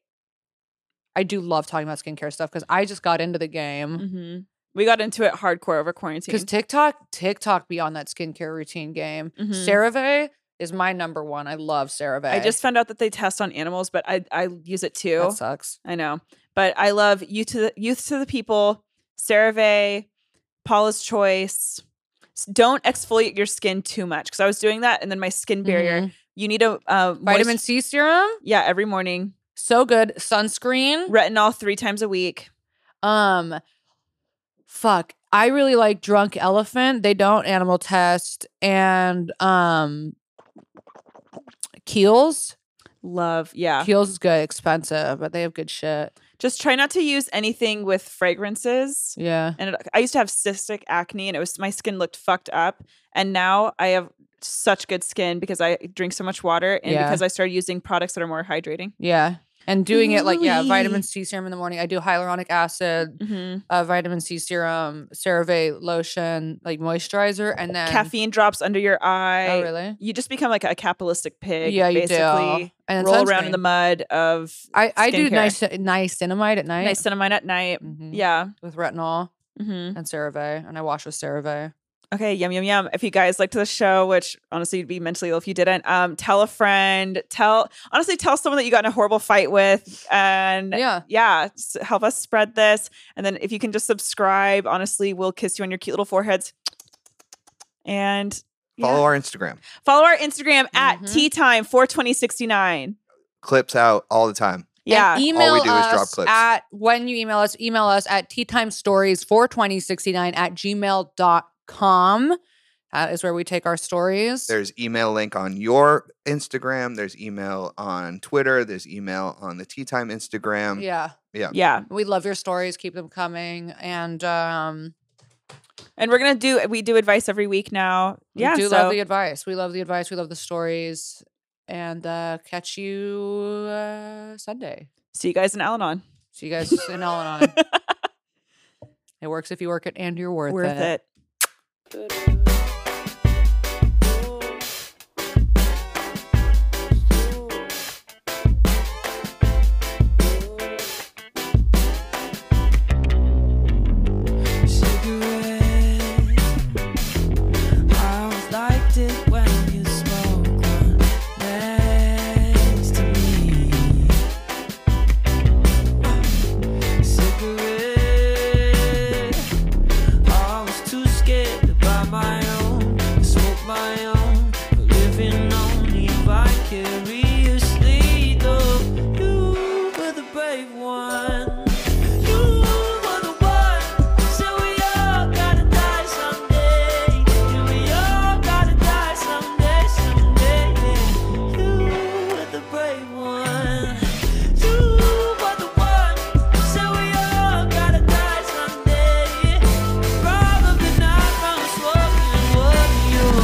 A: I do love talking about skincare stuff because I just got into the game.
B: hmm We got into it hardcore over quarantine.
A: Because TikTok, TikTok be on that skincare routine game.
B: Mhm.
A: CeraVe is my number one. I love CeraVe.
B: I just found out that they test on animals, but I I use it too.
A: that sucks.
B: I know, but I love youth to the, youth to the people, CeraVe, Paula's Choice. S- Don't exfoliate your skin too much because I was doing that, and then my skin barrier.
A: Mhm.
B: You need a uh,
A: Vitamin
B: moist-
A: C serum,
B: yeah, every morning.
A: so good. Sunscreen.
B: Retinol three times a week.
A: Um, fuck. I really like Drunk Elephant. They don't animal test and um, Keels.
B: Love. Yeah.
A: Keels is good, expensive, but they have good shit.
B: Just try not to use anything with fragrances.
A: Yeah.
B: And it, I used to have cystic acne and it was my skin looked fucked up. And now I have such good skin because I drink so much water and
A: Yeah.
B: because I started using products that are more hydrating.
A: Yeah. And doing it like, yeah, vitamin
B: Ooh-wee.
A: C serum in the morning. I do hyaluronic acid,
B: Mm-hmm.
A: uh, vitamin C serum, CeraVe lotion, like moisturizer, and then
B: Caffeine drops under your eye.
A: Oh, really?
B: You just become like a capitalistic pig.
A: yeah, you
B: basically.
A: do. And
B: Roll around in the
A: sunscreen.
B: mud of
A: I, I do
B: skincare.
A: nice niacinamide at night
B: nice niacinamide at night.
A: Mhm.
B: Yeah.
A: with retinol
B: Mm-hmm.
A: and CeraVe, and I wash with CeraVe.
B: Okay, yum yum yum. If you guys liked the show, which honestly you'd be mentally ill if you didn't, um, tell a friend. Tell honestly, tell someone that you got in a horrible fight with, and yeah,
A: Yeah,
B: s- help us spread this. And then if you can just subscribe, honestly, we'll kiss you on your cute little foreheads. And yeah.
C: Follow our Instagram.
B: follow our Instagram at
A: Mhm.
B: tea time four twenty sixty nine.
C: Clips out all the time.
B: Yeah,
A: And email
C: do is
A: us
C: drop clips.
A: at when you email us, email us at teatimestories42069 at gmail.com. That is where we take our stories.
C: There's email link on your Instagram. There's email on Twitter. There's email on the Tea Time Instagram.
A: yeah.
B: yeah.
A: We love your stories. Keep them coming. And um,
B: And we're gonna do we do advice every week now.
A: we
B: yeah,
A: do
B: so
A: love the advice. We love the advice. We love the stories. And uh, catch you uh, Sunday.
B: see you guys in Al-Anon.
A: See you guys in all and
B: [LAUGHS]
A: on. It works if you work it and you're worth,
B: Worth it.
D: Cigarette. I always liked it when you smoked one next to me. Cigarette. I was too scared to buy my own, to smoke my own, living only vicariously. Though you were the brave one. You were the one who said we all gotta die someday. Yeah, we all gotta die someday, someday. You were the brave one. You were the one who said we all gotta die someday. Probably not from smoking one your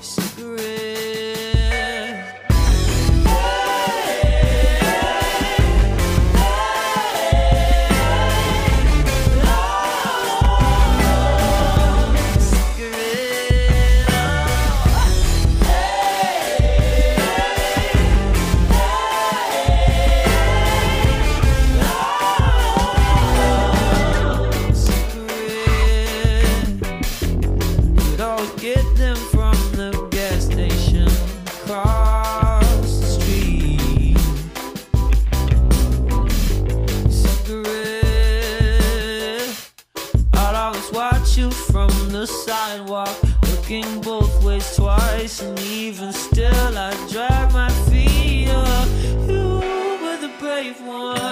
D: cigarette. You'd always get them from the gas station across the street. Cigarette. I'd always watch you from the sidewalk, looking both ways twice, and even still, I drag my feet up. You were the brave one.